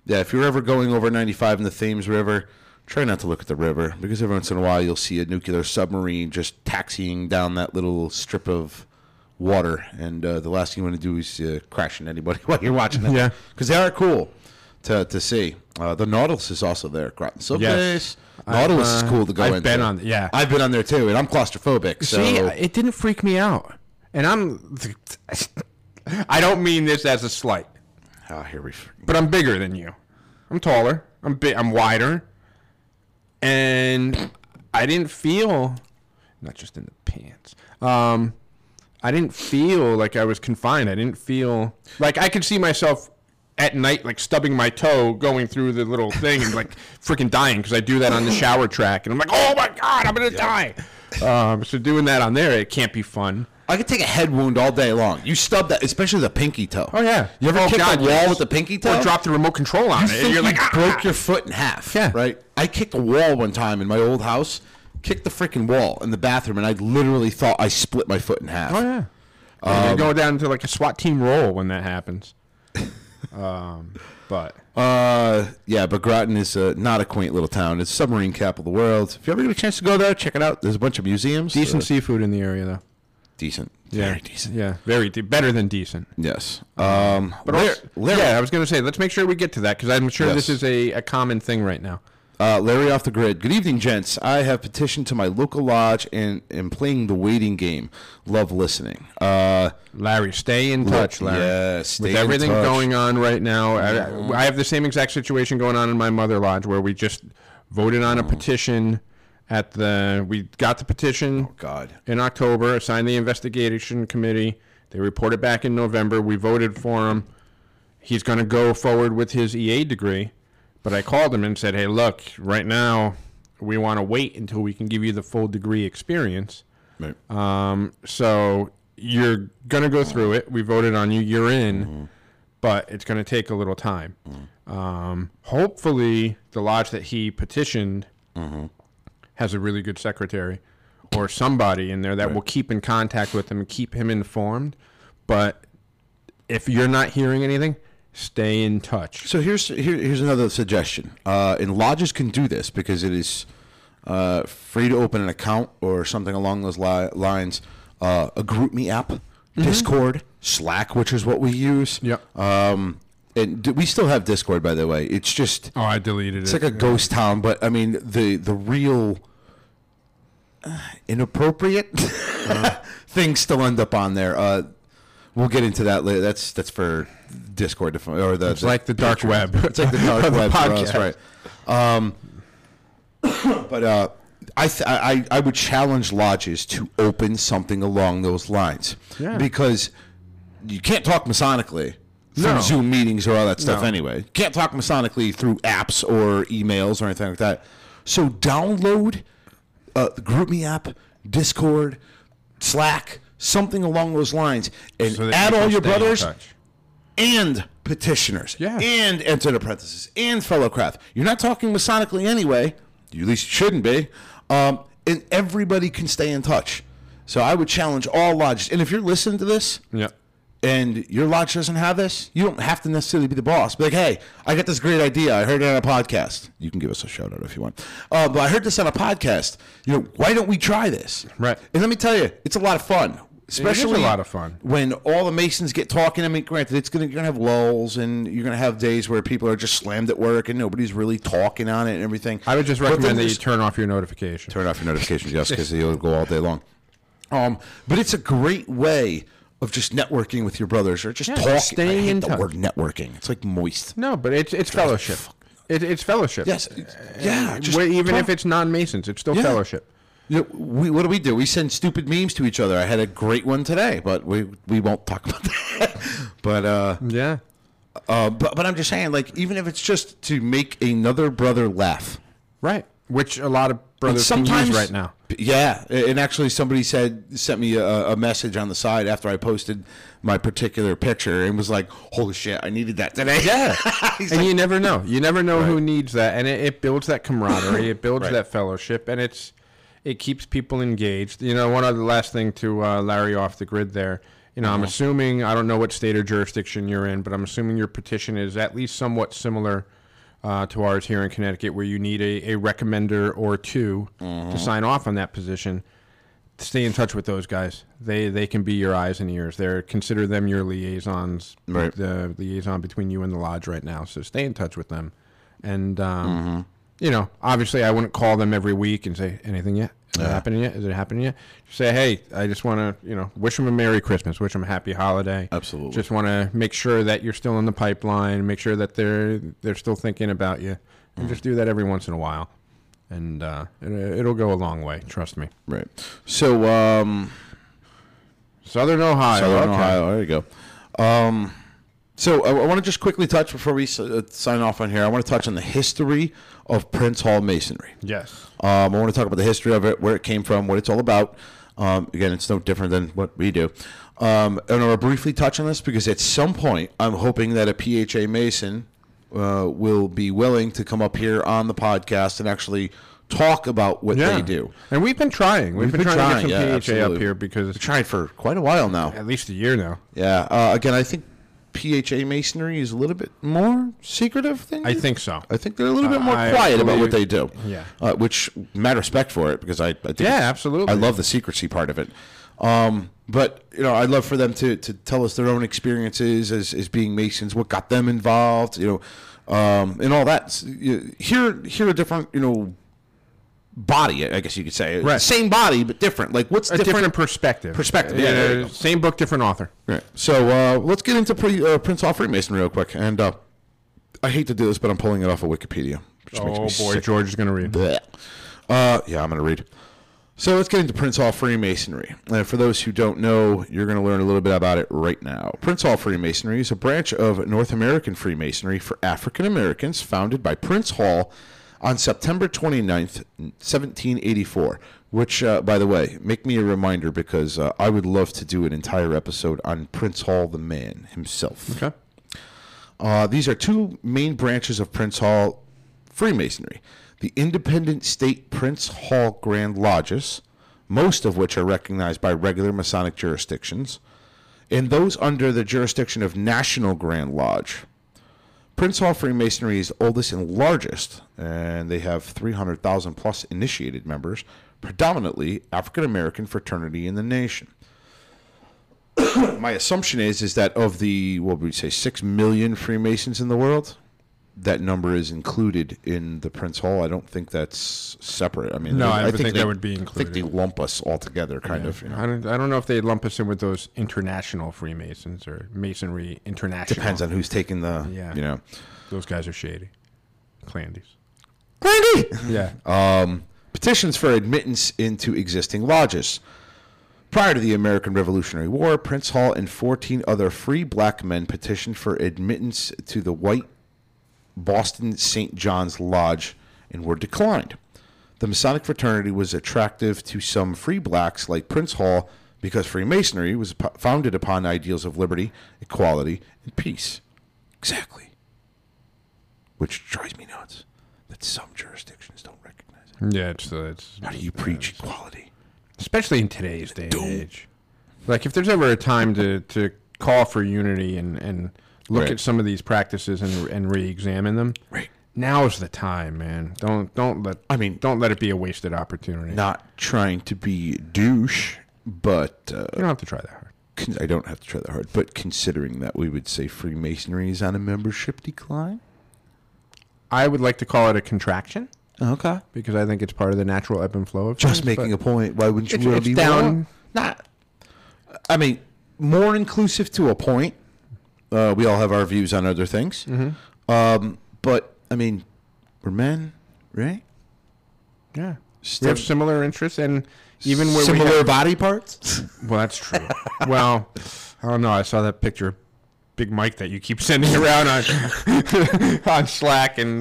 C: yeah, if you're ever going over 95 in the Thames River, try not to look at the river because every once in a while you'll see a nuclear submarine just taxiing down that little strip of water. And uh, the last thing you want to do is uh, crash into anybody while you're watching it.
B: Yeah.
C: Because they are cool to, to see. Uh, the Nautilus is also there. Groton Someplace.
B: Yes.
C: Nautilus
B: I've,
C: is
B: uh,
C: cool to go
B: I've
C: into.
B: been on- yeah.
C: I've been on there too, and I'm claustrophobic. So
B: See, it didn't freak me out, and I'm. I don't mean this as a slight,
C: Ah, here we
B: but I'm bigger than you. I'm taller. I'm big. I'm wider, and I didn't feel, not just in the pants. Um, I didn't feel like I was confined. I didn't feel like I could see myself at night, like stubbing my toe, going through the little thing and like freaking dying because I do that on the shower track, and I'm like, oh my god, I'm gonna die. Um, so doing that on there, it can't be fun.
C: I could take a head wound all day long. You stub that, especially the pinky toe.
B: Oh yeah,
C: You ever
B: oh,
C: kick a wall
B: yes.
C: with the pinky toe?
B: Or drop the remote control on it,
C: think
B: and you're like,
C: you
B: "Ah."
C: broke your foot in half.
B: Yeah.
C: Right. I kicked a wall one time in my old house. Kicked the freaking wall in the bathroom, and I literally thought I split my foot in half.
B: Oh yeah. Um, And you go down into like a SWAT team role when that happens. um, but
C: Uh, yeah, but Groton is uh, not a quaint little town. It's submarine capital of the world. If you ever get a chance to go there, check it out. There's a bunch of museums.
B: decent
C: Uh,
B: seafood in the area though.
C: decent. Very decent.
B: Yeah, very de- better than decent.
C: Yes. Um,
B: But
C: Lar-
B: also-
C: Larry,
B: yeah, I was gonna say let's make sure we get to that because I'm sure this
C: Yes.
B: is a, a common thing right now.
C: Uh, Larry off the grid. Good evening, gents. I have petitioned to my local lodge and am playing the waiting game. Love listening. Uh,
B: Larry, stay in touch, Larry.
C: yeah, stay
B: With
C: in
B: everything
C: touch.
B: going on right now, I, I have the same exact situation going on in my mother lodge where we just voted on a petition at the. We got the petition.
C: God.
B: in October, assigned the investigation committee. They reported back in November. We voted for him. He's going to go forward with his EA degree. But I called him and said, hey, look, right now we want to wait until we can give you the full degree experience.
C: Right.
B: Um, so you're going to go through it. We voted on you. You're in,
C: Mm-hmm.
B: but it's going to take a little time. Um, hopefully, the lodge that he petitioned
C: Mm-hmm.
B: has a really good secretary or somebody in there that will keep in contact with him and keep him informed. But if you're not hearing anything, stay in touch.
C: So here's here, here's another suggestion, uh, and lodges can do this because it is uh, free to open an account or something along those li- lines. Uh, a GroupMe app, Discord, Slack, which is what we use.
B: Yep.
C: Um, and d- we still have Discord, by the way. It's just
B: Oh, I deleted
C: it's
B: it.
C: like a ghost town, but I mean the the real uh, inappropriate
B: Uh-huh.
C: things still end up on there. Uh, we'll get into that later. That's that's for Discord to, fi- or the
B: it's like the dark web.
C: it's like the dark
B: of the
C: web for us,
B: podcast.
C: right? Um, but uh, I, th- I I- I would challenge lodges to open something along those lines
B: Yeah.
C: because you can't talk masonically through
B: No.
C: Zoom meetings or all that stuff
B: No.
C: anyway. You can't talk masonically through apps or emails or anything like that. So download uh, the GroupMe app, Discord, Slack, something along those lines, and
B: So that
C: add
B: you
C: all
B: can
C: your
B: stay in
C: brothers
B: touch.
C: and petitioners
B: Yeah.
C: and entered apprentices and fellow craft. You're not talking masonically anyway. You at least shouldn't be. Um, and everybody can stay in touch. So I would challenge all lodges. And if you're listening to this
B: Yeah.
C: and your lodge doesn't have this, you don't have to necessarily be the boss. Be like, hey, I got this great idea. I heard it on a podcast. You can give us a shout out if you want. Uh, but I heard this on a podcast. You know, why don't we try this?
B: Right.
C: And let me tell you, it's a lot of fun. Especially
B: a lot of fun.
C: when all the masons get talking. I mean, granted, it's gonna you're gonna have lulls and you're gonna have days where people are just slammed at work and nobody's really talking on it and everything.
B: I would just
C: But then
B: recommend that you
C: there's-
B: turn off your notification.
C: turn off your notifications, yes, because you'll go all day long. Um, but it's a great way of just networking with your brothers or just
B: Yeah,
C: talking.
B: staying
C: I hate
B: in
C: the
B: touch.
C: word networking. It's like moist.
B: No, but it's it's fellowship. It, it's fellowship.
C: Yes, yeah. just
B: Uh, Where- even
C: talk.
B: if it's non-Masons, it's still
C: Yeah.
B: fellowship.
C: You know, we, what do we do? We send stupid memes to each other. I had a great one today, but we we won't talk about that. but uh,
B: Yeah.
C: uh, but but I'm just saying, like, even if it's just to make another brother laugh.
B: Right. Which a lot of
C: And
B: brothers can use right now.
C: Yeah, and actually, somebody said sent me a, a message on the side after I posted my particular picture and was like, "Holy shit, I needed that today." Yeah,
B: and you never know. You never know who needs that, and it, it builds that camaraderie. It builds
C: Right.
B: that fellowship, and it's it keeps people engaged. You know, one other last thing to uh, Larry off the grid there. You know, I'm assuming I don't know what state or jurisdiction you're in, but I'm assuming your petition is at least somewhat similar uh, to ours here in Connecticut, where you need a, a recommender or 2 to sign off on that position. Stay in touch with those guys. They they can be your eyes and ears. They're consider them your liaisons
C: Right.
B: the liaison between you and the lodge right now. So stay in touch with them, and
C: Mm-hmm.
B: um, you know, obviously, I wouldn't call them every week and say anything yet. Is it happening yet? Is it happening yet? Just say, hey, I just want to, you know, wish them a Merry Christmas, wish them a Happy Holiday.
C: Absolutely.
B: Just want to make sure that you're still in the pipeline, make sure that they're they're still thinking about you, and
C: Mm-hmm.
B: just do that every once in a while, and uh, it, it'll go a long way. Trust me.
C: right. So, um,
B: Southern Ohio.
C: Southern
B: Oh, okay.
C: Ohio. There you go. Um, so I, want to just quickly touch before we s- uh, sign off on here. I want to touch on the history of Prince Hall Masonry.
B: Yes.
C: Um, I want to talk about the history of it, where it came from, what it's all about. Um, again, it's no different than what we do. Um, and I'll briefly touch on this because at some point, I'm hoping that a PHA Mason uh, will be willing to come up here on the podcast and actually talk about what
B: Yeah.
C: they do.
B: And we've been trying. We've, been, trying, to get some
C: yeah,
B: PHA
C: absolutely.
B: up here because
C: We've tried for quite a while now.
B: at least a year now.
C: Yeah. Uh, again, I think PHA Masonry is a little bit more secretive than
B: I
C: you
B: think so.
C: I think they're a little bit
B: Uh,
C: more
B: I
C: quiet about what
B: believe-
C: they do.
B: Yeah.
C: Uh, which mad respect for it because I, I think
B: Yeah,
C: it's-
B: absolutely.
C: I love the secrecy part of it. Um, but you know, I'd love for them to, to tell us their own experiences as, as being Masons, what got them involved, you know, um, and all that. S- you- Hear hear a different you know body, I guess you could say,
B: Right.
C: same body but different. Like what's
B: a different,
C: different
B: perspective.
C: perspective.
B: Yeah,
C: Yeah, there you go.
B: same book, different author.
C: Right. So uh, let's get into pre- uh, Prince Hall Freemason real quick. And uh, I hate to do this, but I'm pulling it off of Wikipedia, which
B: Oh
C: makes
B: boy,
C: me sick.
B: George is gonna read.
C: Blech. Uh, yeah, I'm going to read. So let's get into Prince Hall Freemasonry. And for those who don't know, you're going to learn a little bit about it right now. Prince Hall Freemasonry is a branch of North American Freemasonry for African Americans founded by Prince Hall on September 29th, 1784. Which, uh, by the way, make me a reminder because uh, I would love to do an entire episode on Prince Hall the man himself.
B: Okay.
C: Uh, these are two main branches of Prince Hall Freemasonry the independent state Prince Hall Grand Lodges, most of which are recognized by regular Masonic jurisdictions, and those under the jurisdiction of National Grand Lodge. Prince Hall Freemasonry is oldest and largest, and they have 300,000 plus initiated members, predominantly African American fraternity in the nation. My assumption is is that of the what would we say six million Freemasons in the world, that number is included in the Prince Hall. I don't think that's separate. I mean,
B: No, I would
C: think
B: think
C: they-
B: that would be
C: I think they lump us all together, kind of. You know.
B: I don't, I don't know if they lump us in with those international Freemasons or Masonry International.
C: Depends on who's taking the.
B: Yeah.
C: You know.
B: Those guys are shady. Clandys.
C: Randy!
B: Yeah.
C: Uh, petitions for admittance into existing lodges. Prior to the American Revolutionary War, Prince Hall and 14 other free black men petitioned for admittance to the white Boston St. John's Lodge and were declined. The Masonic fraternity was attractive to some free blacks like Prince Hall because Freemasonry was po- founded upon ideals of liberty, equality, and peace. Exactly. Which drives me nuts that some jurisdictions don't recognize it.
B: yeah, it's, uh, it's
C: How do you preach equality?
B: especially in today's day and age. Like, if there's ever a time to, to call for unity and, and look
C: Right.
B: at some of these practices and, and re-examine them,
C: Right.
B: now's the time, man. Don't don't let
C: I mean-
B: don't let it be a wasted opportunity.
C: Not trying to be douche, but uh,
B: You don't have to try that hard.
C: con- I don't have to try that hard. But considering that we would say Freemasonry is on a membership decline.
B: I would like to call it a contraction
C: Okay.
B: because I think it's part of the natural ebb and flow of
C: Just
B: things,
C: making
B: but
C: a point. Why wouldn't you
B: It's-
C: want to
B: it's
C: be
B: down.
C: wrong? Not. I mean, more inclusive to a point. Uh, we all have our views on other things. Um, but I mean, we're men, right?
B: yeah. We
C: Still-
B: have similar interests and even where
C: similar
B: we have,
C: body parts.
B: Well, that's true. well, I don't know. I saw that picture, of Big Mike, that you keep sending around on on Slack and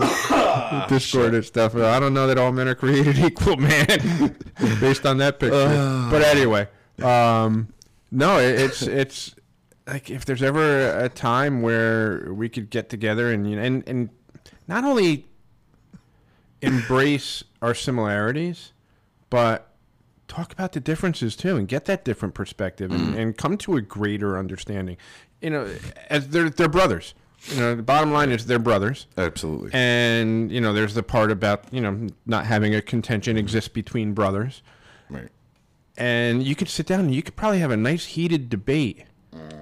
B: Discord and stuff. Uh, I don't know that all men are created equal, man. based on that picture, but anyway, um, no, it, it's it's like if there's ever a time where we could get together and you know, and and not only embrace our similarities, but talk about the differences too and get that different perspective and, and come to a greater understanding you know as they're, they're brothers you know the bottom line is they're brothers
C: Absolutely.
B: and you know there's the part about you know not having a contention exist between brothers
C: right.
B: and you could sit down and you could probably have a nice heated debate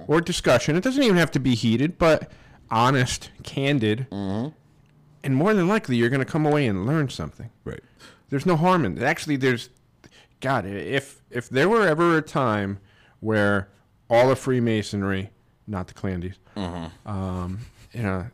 B: or discussion. It doesn't even have to be heated, but honest, candid, and more than likely you're going to come away and learn something.
C: Right.
B: There's no harm in actually. There's God. If if there were ever a time where all of Freemasonry, not the Clandys, um, you know,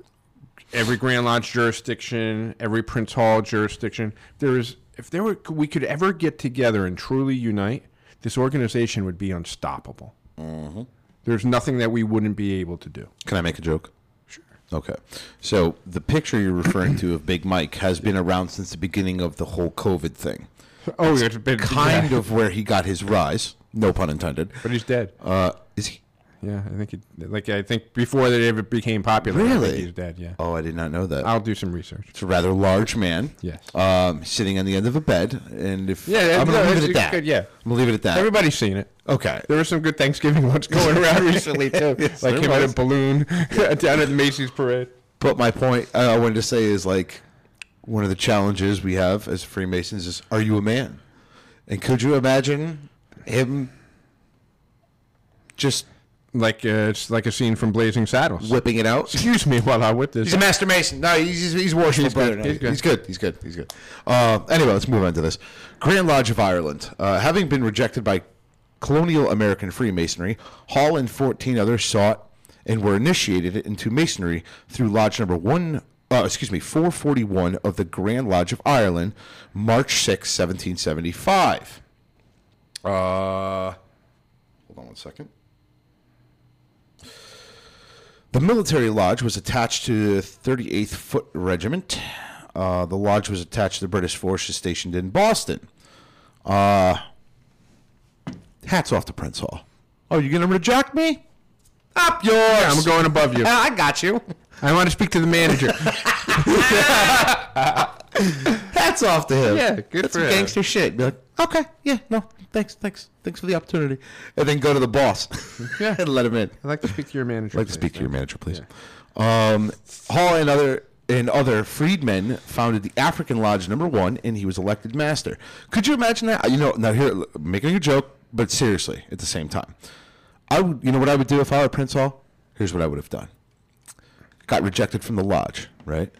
B: every Grand Lodge jurisdiction, every Prince Hall jurisdiction, there is if there were we could ever get together and truly unite, this organization would be unstoppable. Mm-hmm. There's nothing that we wouldn't be able to do.
C: Can I make a joke? Sure. Okay. So the picture you're referring to of Big Mike has been around since the beginning of the whole COVID thing.
B: Oh, it's been
C: Kind of where he got his rise. No pun intended.
B: but he's dead.
C: Uh, is he?
B: Yeah, I think he, like I think before they ever became popular, I think
C: Really?
B: he's dead. Yeah.
C: Oh, I did not know that.
B: I'll do some research.
C: it's a rather large man.
B: Yes.
C: Um, sitting on the end of a bed, and if
B: Yeah,
C: I'm gonna
B: no,
C: leave
B: it's-
C: it at
B: it's
C: that.
B: good, yeah.
C: I'm gonna leave it at that.
B: Everybody's seen it.
C: okay.
B: There was some good Thanksgiving ones going around recently too,
C: Yes,
B: like
C: there
B: him at
C: was.
B: a balloon down at the Macy's parade.
C: But my point uh, I wanted to say is like one of the challenges we have as Freemasons is are you a man? And could you imagine him just
B: Like uh, it's like a scene from Blazing Saddles.
C: whipping it out?
B: Excuse me while I whip this.
C: He's a master mason. No, he's he's, he's worshipful.
B: He's
C: brother.
B: good.
C: No,
B: He's good.
C: He's good. He's good. He's good. Uh, anyway, let's move on to this. Grand Lodge of Ireland, uh, having been rejected by colonial American Freemasonry, Hall and fourteen others sought and were initiated into Masonry through Lodge Number One. Uh, excuse me, 441 of the Grand Lodge of Ireland, March 6, 1775. Uh, Hold on one second. The military lodge was attached to the 38th Foot Regiment. Uh, the lodge was attached to the British forces stationed in Boston. Uh, hats off to Prince Hall. Oh, you're going to reject me? Up yours. Ah,
B: I'm going above you.
C: I got you.
B: I want to speak to the manager.
C: Hats off to him.
B: Yeah, good
C: That's
B: for
C: some
B: him.
C: gangster shit. Be like, okay, yeah, no, thanks, thanks, thanks for the opportunity. And then go to the boss
B: Yeah.
C: and let him in.
B: I'd like to speak to your manager.
C: I'd like to speak to your manager, please. Um, Hall and other and other freedmen founded the African Lodge Number One, and he was elected master. Could you imagine that? You know, now here look, making a joke, but seriously, at the same time, I would. You know what I would do if I were Prince Hall? Here's what I would have done. Got rejected from the lodge, right?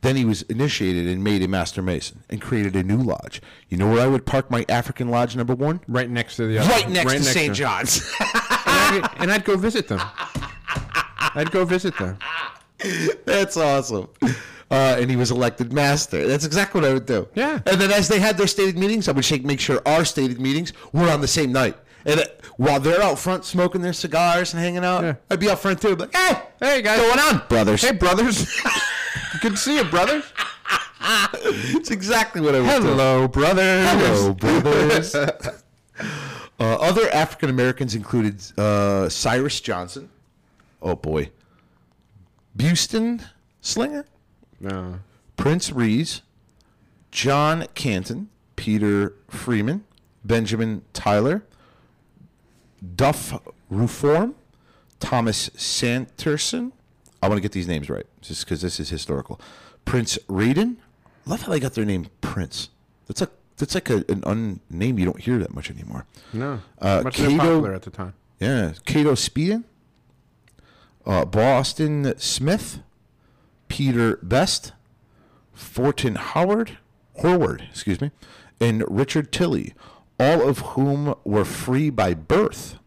C: Then he was initiated and made a master mason and created a new lodge. You know where I would park my African Lodge Number One?
B: Right next to the other.
C: Right next to St. John's.
B: And I'd, and I'd go visit them. I'd go visit them.
C: That's awesome. Uh, and he was elected master. That's exactly what I would do.
B: Yeah.
C: And then as they had their stated meetings, I would shake, make sure our stated meetings were on the same night. And uh, while they're out front smoking their cigars and hanging out,
B: Yeah.
C: I'd be out front too. But hey,
B: Hey guys,
C: going on, brothers?
B: Hey brothers, good to see you, brothers.
C: it's exactly what I would do.
B: Hello, brothers.
C: Hello, brothers. uh, other African Americans included uh, Cyrus Johnson. Oh boy. Buston Slinger.
B: No.
C: Prince Rees, John Canton, Peter Freeman, Benjamin Tyler, Duff Ruform, Thomas Santerson. I want to get these names right just because this is historical. Prince Raiden. Love how they got their name Prince. That's like that's like a, an un name you don't hear that much anymore.
B: No.
C: Uh,
B: Much
C: Cato-
B: more popular at the time.
C: Yeah, Cato Speeden, uh, Boston Smith, Peter Best, Fortin Howard, Horward, excuse me, and Richard Tilley, all of whom were free by birth.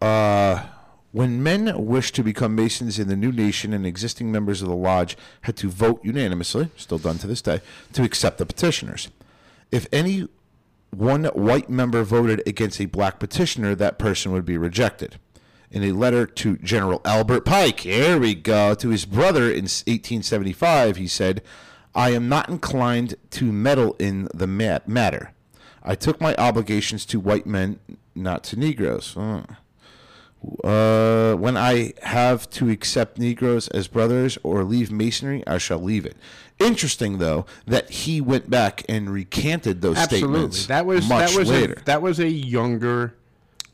C: Uh, when men wished to become Masons in the new nation and existing members of the lodge had to vote unanimously, still done to this day, to accept the petitioners. If any one white member voted against a black petitioner, that person would be rejected. In a letter to General Albert Pike, here we go, to his brother in 1875, he said, I am not inclined to meddle in the ma- matter. I took my obligations to white men, not to Negroes. Hmm. Uh, when I have to accept Negroes as brothers or leave Masonry, I shall leave it. Interesting, though, that he went back and recanted those
B: Absolutely.
C: statements.
B: That was
C: much
B: that was
C: later.
B: A, that was a younger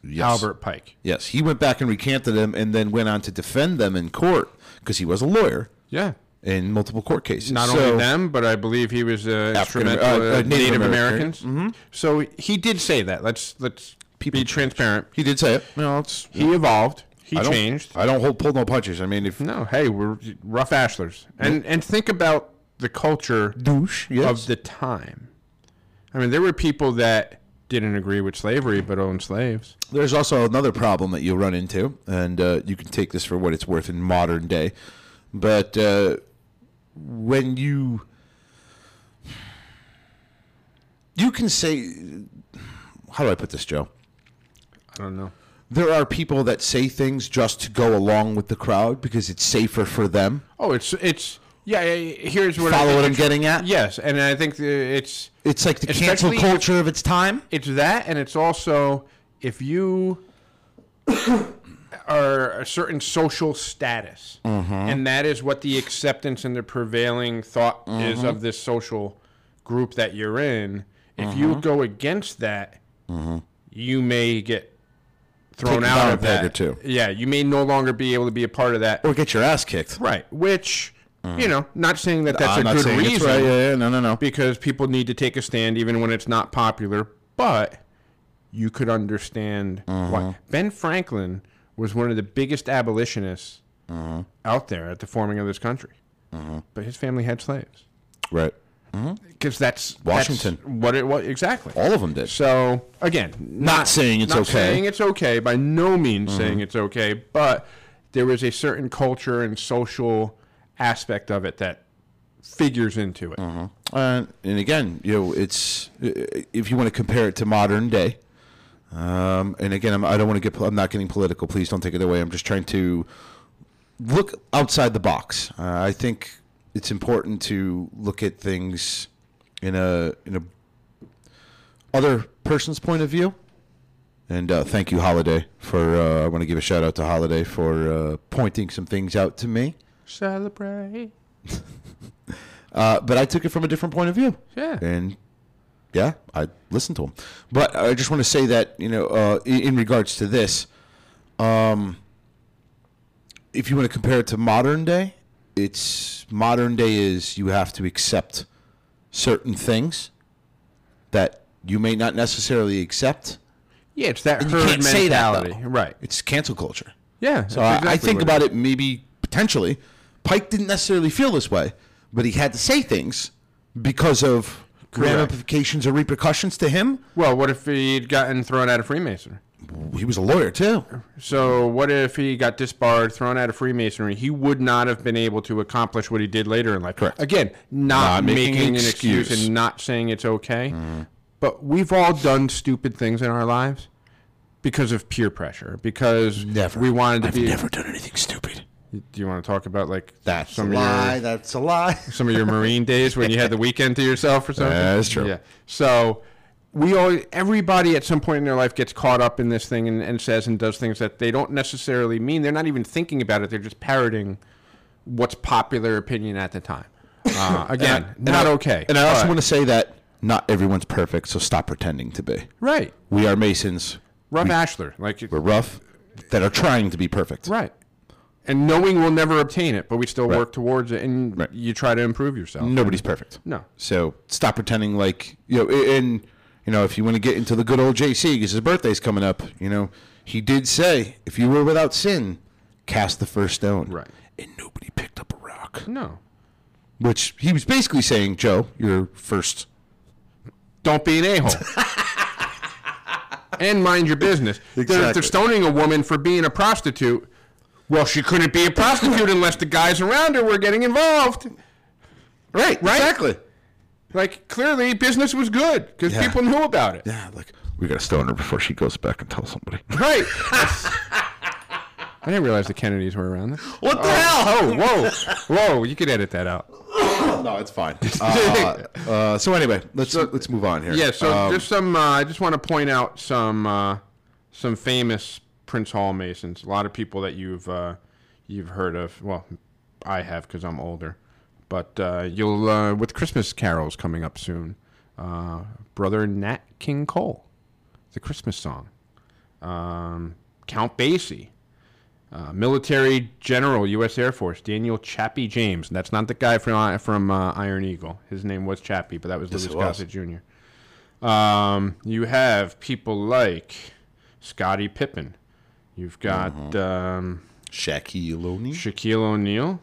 C: Yes.
B: Albert Pike.
C: Yes, he went back and recanted them, and then went on to defend them in court because he was a lawyer
B: Yeah.
C: in multiple court cases.
B: Not
C: So-
B: only them, but I believe he was uh,
C: African-
B: instrumental
C: uh, uh,
B: uh,
C: Native
B: Native,
C: American.
B: Americans. Mm-hmm. So he did say that. Let's let's be transparent.
C: he did say it. No, it's
B: He evolved. He
C: I don't,
B: changed.
C: I don't hold pull no punches. I mean, if
B: No, hey, we're rough ashlers, and and think about the culture
C: douche, yes,
B: of the time. I mean, there were people that didn't agree with slavery but owned slaves.
C: There's also another problem that you'll run into, and uh, you can take this for what it's worth in modern day. But uh, when you you can say, how do I put this, Joe?
B: I don't know.
C: There are people that say things just to go along with the crowd because it's safer for them.
B: Oh, it's it's yeah. yeah, yeah, Here's what
C: Follow
B: I
C: what I'm
B: think
C: getting at.
B: it's- Yes, and I think the, it's
C: It's like the cancel
B: Especially-
C: culture of its time.
B: it's that, and it's also if you are a certain social status,
C: Mm-hmm.
B: and that is what the acceptance and the prevailing thought
C: Mm-hmm.
B: is of this social group that you're in. If you
C: Mm-hmm.
B: go against that, you may get thrown
C: Kicked down
B: out
C: a
B: of
C: peg or
B: that.
C: two.
B: Yeah, you may no longer be able to be a part of that.
C: Or get your ass kicked.
B: Right, which you know, not saying that that's
C: I'm
B: a
C: not
B: good
C: saying it's
B: reason
C: right. Yeah, yeah, no, no, no.
B: because people need to take a stand even when it's not popular, but you could understand
C: Mm-hmm.
B: why. Ben Franklin was one of the biggest abolitionists
C: Mm-hmm.
B: out there at the forming of this country, but his family had slaves
C: Right.
B: because that's that's
C: Washington.
B: what it was exactly.
C: All of them did.
B: So again, not,
C: Not saying it's
B: not
C: okay. Mm-hmm.
B: saying it's okay by no means saying it's okay, but there was a certain culture and social aspect of it that figures into it.
C: Uh, and again, you know, it's if you want to compare it to modern day. Um, and again, I'm, I don't want to get. I'm not getting political. Please don't take it away. I'm just trying to look outside the box. Uh, I think it's important to look at things in a in a other person's point of view. And uh, thank you, Holiday, for. Uh, I want to give a shout out to Holiday for uh, pointing some things out to me.
B: Celebrate.
C: Uh, but I took it from a different point of view.
B: Yeah.
C: And yeah, I listened to him. But I just want to say that, you know, uh, in, in regards to this, um, if you want to compare it to modern day, it's modern day is you have to accept certain things that you may not necessarily accept.
B: Yeah, it's that
C: You
B: herd
C: can't say that,
B: mentality,
C: though.
B: right?
C: It's cancel culture.
B: Yeah.
C: So I, I think about it maybe potentially. Pike didn't necessarily feel this way, but he had to say things because of
B: Correct.
C: ramifications or repercussions to him.
B: Well, what if he'd gotten thrown out of Freemasonry?
C: He was a lawyer too.
B: So what if he got disbarred, thrown out of Freemasonry? He would not have been able to accomplish what he did later in life.
C: Correct.
B: Again, not,
C: Not
B: making,
C: making
B: an excuse.
C: excuse. Mm-hmm.
B: and not saying it's okay. But we've all done stupid things in our lives because of peer pressure. Because
C: Never.
B: we wanted to be.
C: done anything stupid.
B: Do you want to talk about like
C: That's
B: some
C: a
B: of
C: lie.
B: your
C: That's a lie.
B: some of your Marine days when you had the weekend to yourself or something?
C: That's true.
B: Yeah. So we all, everybody at some point in their life gets caught up in this thing and, and says and does things that they don't necessarily mean. They're not even thinking about it. They're just parroting what's popular opinion at the time. Uh, again, not
C: I-
B: okay.
C: And I also
B: but-
C: want to say that not everyone's perfect, so stop pretending to be.
B: right,
C: We are Masons.
B: Rob Ashler, like
C: We're rough that are trying to be perfect.
B: right, and knowing we'll never obtain it, but we still
C: Right.
B: work towards it, and
C: Right. Mm.
B: you try to improve yourself.
C: Nobody's perfect.
B: No.
C: So stop pretending like you know. a- And you know, if you want to get into the good old JC, because his birthday's coming up, you know, he did say, "If you were without sin, cast the first stone."
B: Right.
C: And nobody picked up a rock,
B: no,
C: which he was basically saying, "Joe, you're first.
B: don't be an a-hole. and mind your business. They're- They're,
C: Exactly.
B: stoning a woman for being a prostitute. Well, she couldn't be a prostitute unless the guys around her were getting involved.
C: Right.
B: Right?
C: Exactly.
B: Like, clearly, business was good because
C: Yeah.
B: people knew about it.
C: Yeah. Like
D: We gotta stone her before she goes back and tells somebody.
B: Right. I didn't realize the Kennedys were around.
C: what the hell?
B: Oh, whoa. Whoa, you could edit that out.
C: No, it's fine. Uh, uh, so anyway, let's let's move on here.
B: Yeah, so
C: Um,
B: there's some. Uh, I just want to point out some uh, some famous Prince Hall Masons. A lot of people that you've uh, you've heard of. Well, I have because I'm older. But uh, you'll uh, with Christmas carols coming up soon. Uh, Brother Nat King Cole, the Christmas song. Um, Count Basie. Uh, military general, U.S. Air Force, Daniel Chappie James. And that's not the guy from from uh, Iron Eagle. His name was Chappie, but that was Louis
C: it was.
B: Gossett Jr. Um, you have people like Scottie Pippen. You've got um,
C: Uh, Shaquille
B: Shaquille O'Neal.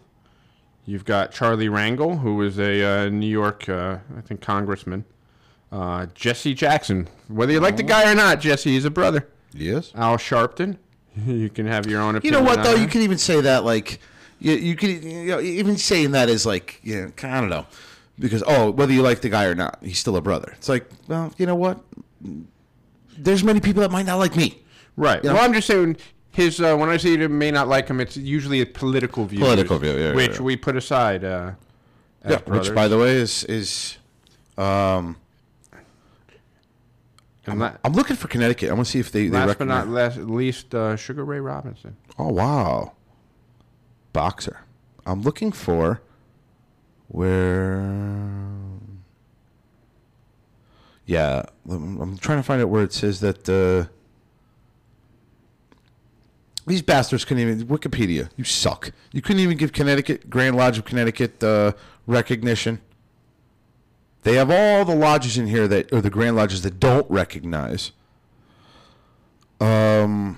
B: You've got Charlie Rangel, who was a uh, New York, uh, I think, congressman. Uh, Jesse Jackson. Whether you like the guy or not, Jesse, he's a brother.
C: Yes.
B: Al Sharpton. You can have your own
C: You
B: opinion.
C: know what
B: on
C: though? You
B: him.
C: could even say that like you, you could you know, even saying that is like you know, I don't know because oh whether you like the guy or not he's still a brother. It's like well you know what? There's many people that might not like me.
B: Right.
C: You know?
B: Well, I'm just saying his. Uh, when I say you may not like him, it's usually a political view.
C: Political view, yeah, yeah,
B: Which
C: yeah.
B: we put aside. Uh, as brothers.
C: which by the way is is um
B: And la-
C: I'm looking for Connecticut. I want to see if they they
B: last but not last,
C: recognize.
B: least, uh, Sugar Ray Robinson.
C: Oh wow, boxer. I'm looking for where. Yeah, I'm I'm trying to find out where it says that uh, these bastards couldn't even Wikipedia. You suck. You couldn't even give Connecticut Grand Lodge of Connecticut uh, recognition. They have all the lodges in here that, or the Grand Lodges that don't recognize. but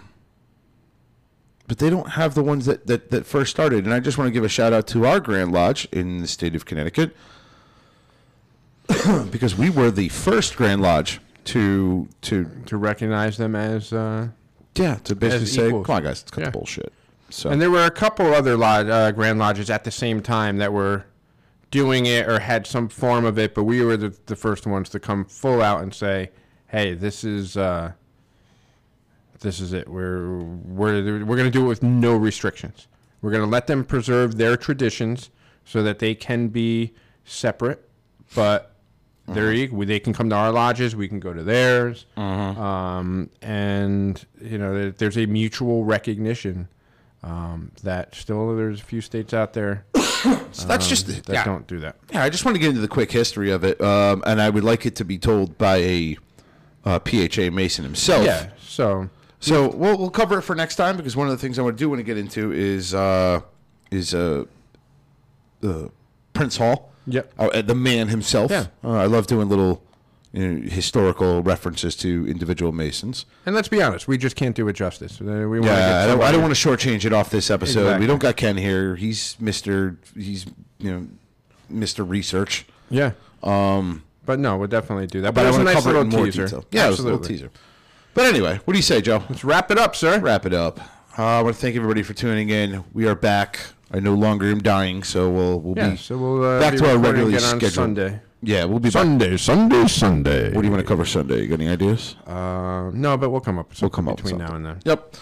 C: they don't have the ones that, that, that first started. And I just want to give a shout out to our Grand Lodge in the state of Connecticut because we were the first Grand Lodge to to
B: To recognize them as. Uh,
C: yeah to basically
B: As
C: say,
B: equals.
C: come on guys, let's cut
B: Yeah.
C: the bullshit. So
B: and there were a couple other lodge, uh, Grand Lodges at the same time that were doing it or had some form of it, but we were the, the first ones to come full out and say, "Hey, this is." Uh, this is it. We're we're we're gonna do it with no restrictions. We're gonna let them preserve their traditions so that they can be separate, but they're equal. They can come to our lodges. We can go to theirs. Um, and you know, there- there's a mutual recognition um, that still there's a few states out there
C: so that's just
B: that
C: yeah.
B: don't do that.
C: um, Yeah, I just want to get into the quick history of it, um, and I would like it to be told by a uh, PHA Mason himself.
B: Yeah. So
C: So we'll we'll cover it for next time because one of the things I want to do want to get into is uh, is uh, uh, Prince Hall.
B: Yep.
C: Oh, uh, the man himself.
B: Yeah.
C: Uh, I love doing little you know, historical references to individual Masons.
B: And let's be honest, we just can't do it justice. Uh, We wanna get
C: Yeah, I don't, I
B: somebody-
C: don't want to shortchange it off this episode.
B: Exactly.
C: We don't got Ken here. He's Mister. He's you know Mister Research.
B: Yeah. Um, but no, we'll definitely do that. But,
C: But I
B: it was a
C: want to
B: nice
C: cover it
B: little
C: in more
B: teaser.
C: detail. Yeah, it was a little
B: Absolutely.
C: teaser. But anyway, what do you say, Joe?
B: Let's wrap it up, sir.
C: wrap it up. Uh, I want to thank everybody for tuning in. We are back. I no longer am dying, so we'll we'll
B: Yeah,
C: be
B: so we'll uh,
C: back
B: be
C: to our
B: recording
C: regularly
B: again on
C: scheduled
B: Sunday.
C: Yeah, we'll be back.
B: Sunday, Sunday, Sunday.
C: What do you want to cover Sunday? You got any ideas?
B: Uh, no, but we'll come up. with
C: we'll come
B: something
C: up with
B: between now
C: something.
B: and then.
C: Yep.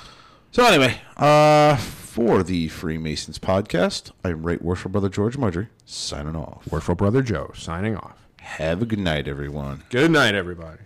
C: So anyway, uh, for the Freemasons podcast, I'm Right Worshipful Brother George Mudry signing off.
B: Worshipful brother Joe signing off.
C: Have a good night, everyone.
B: Good night, everybody.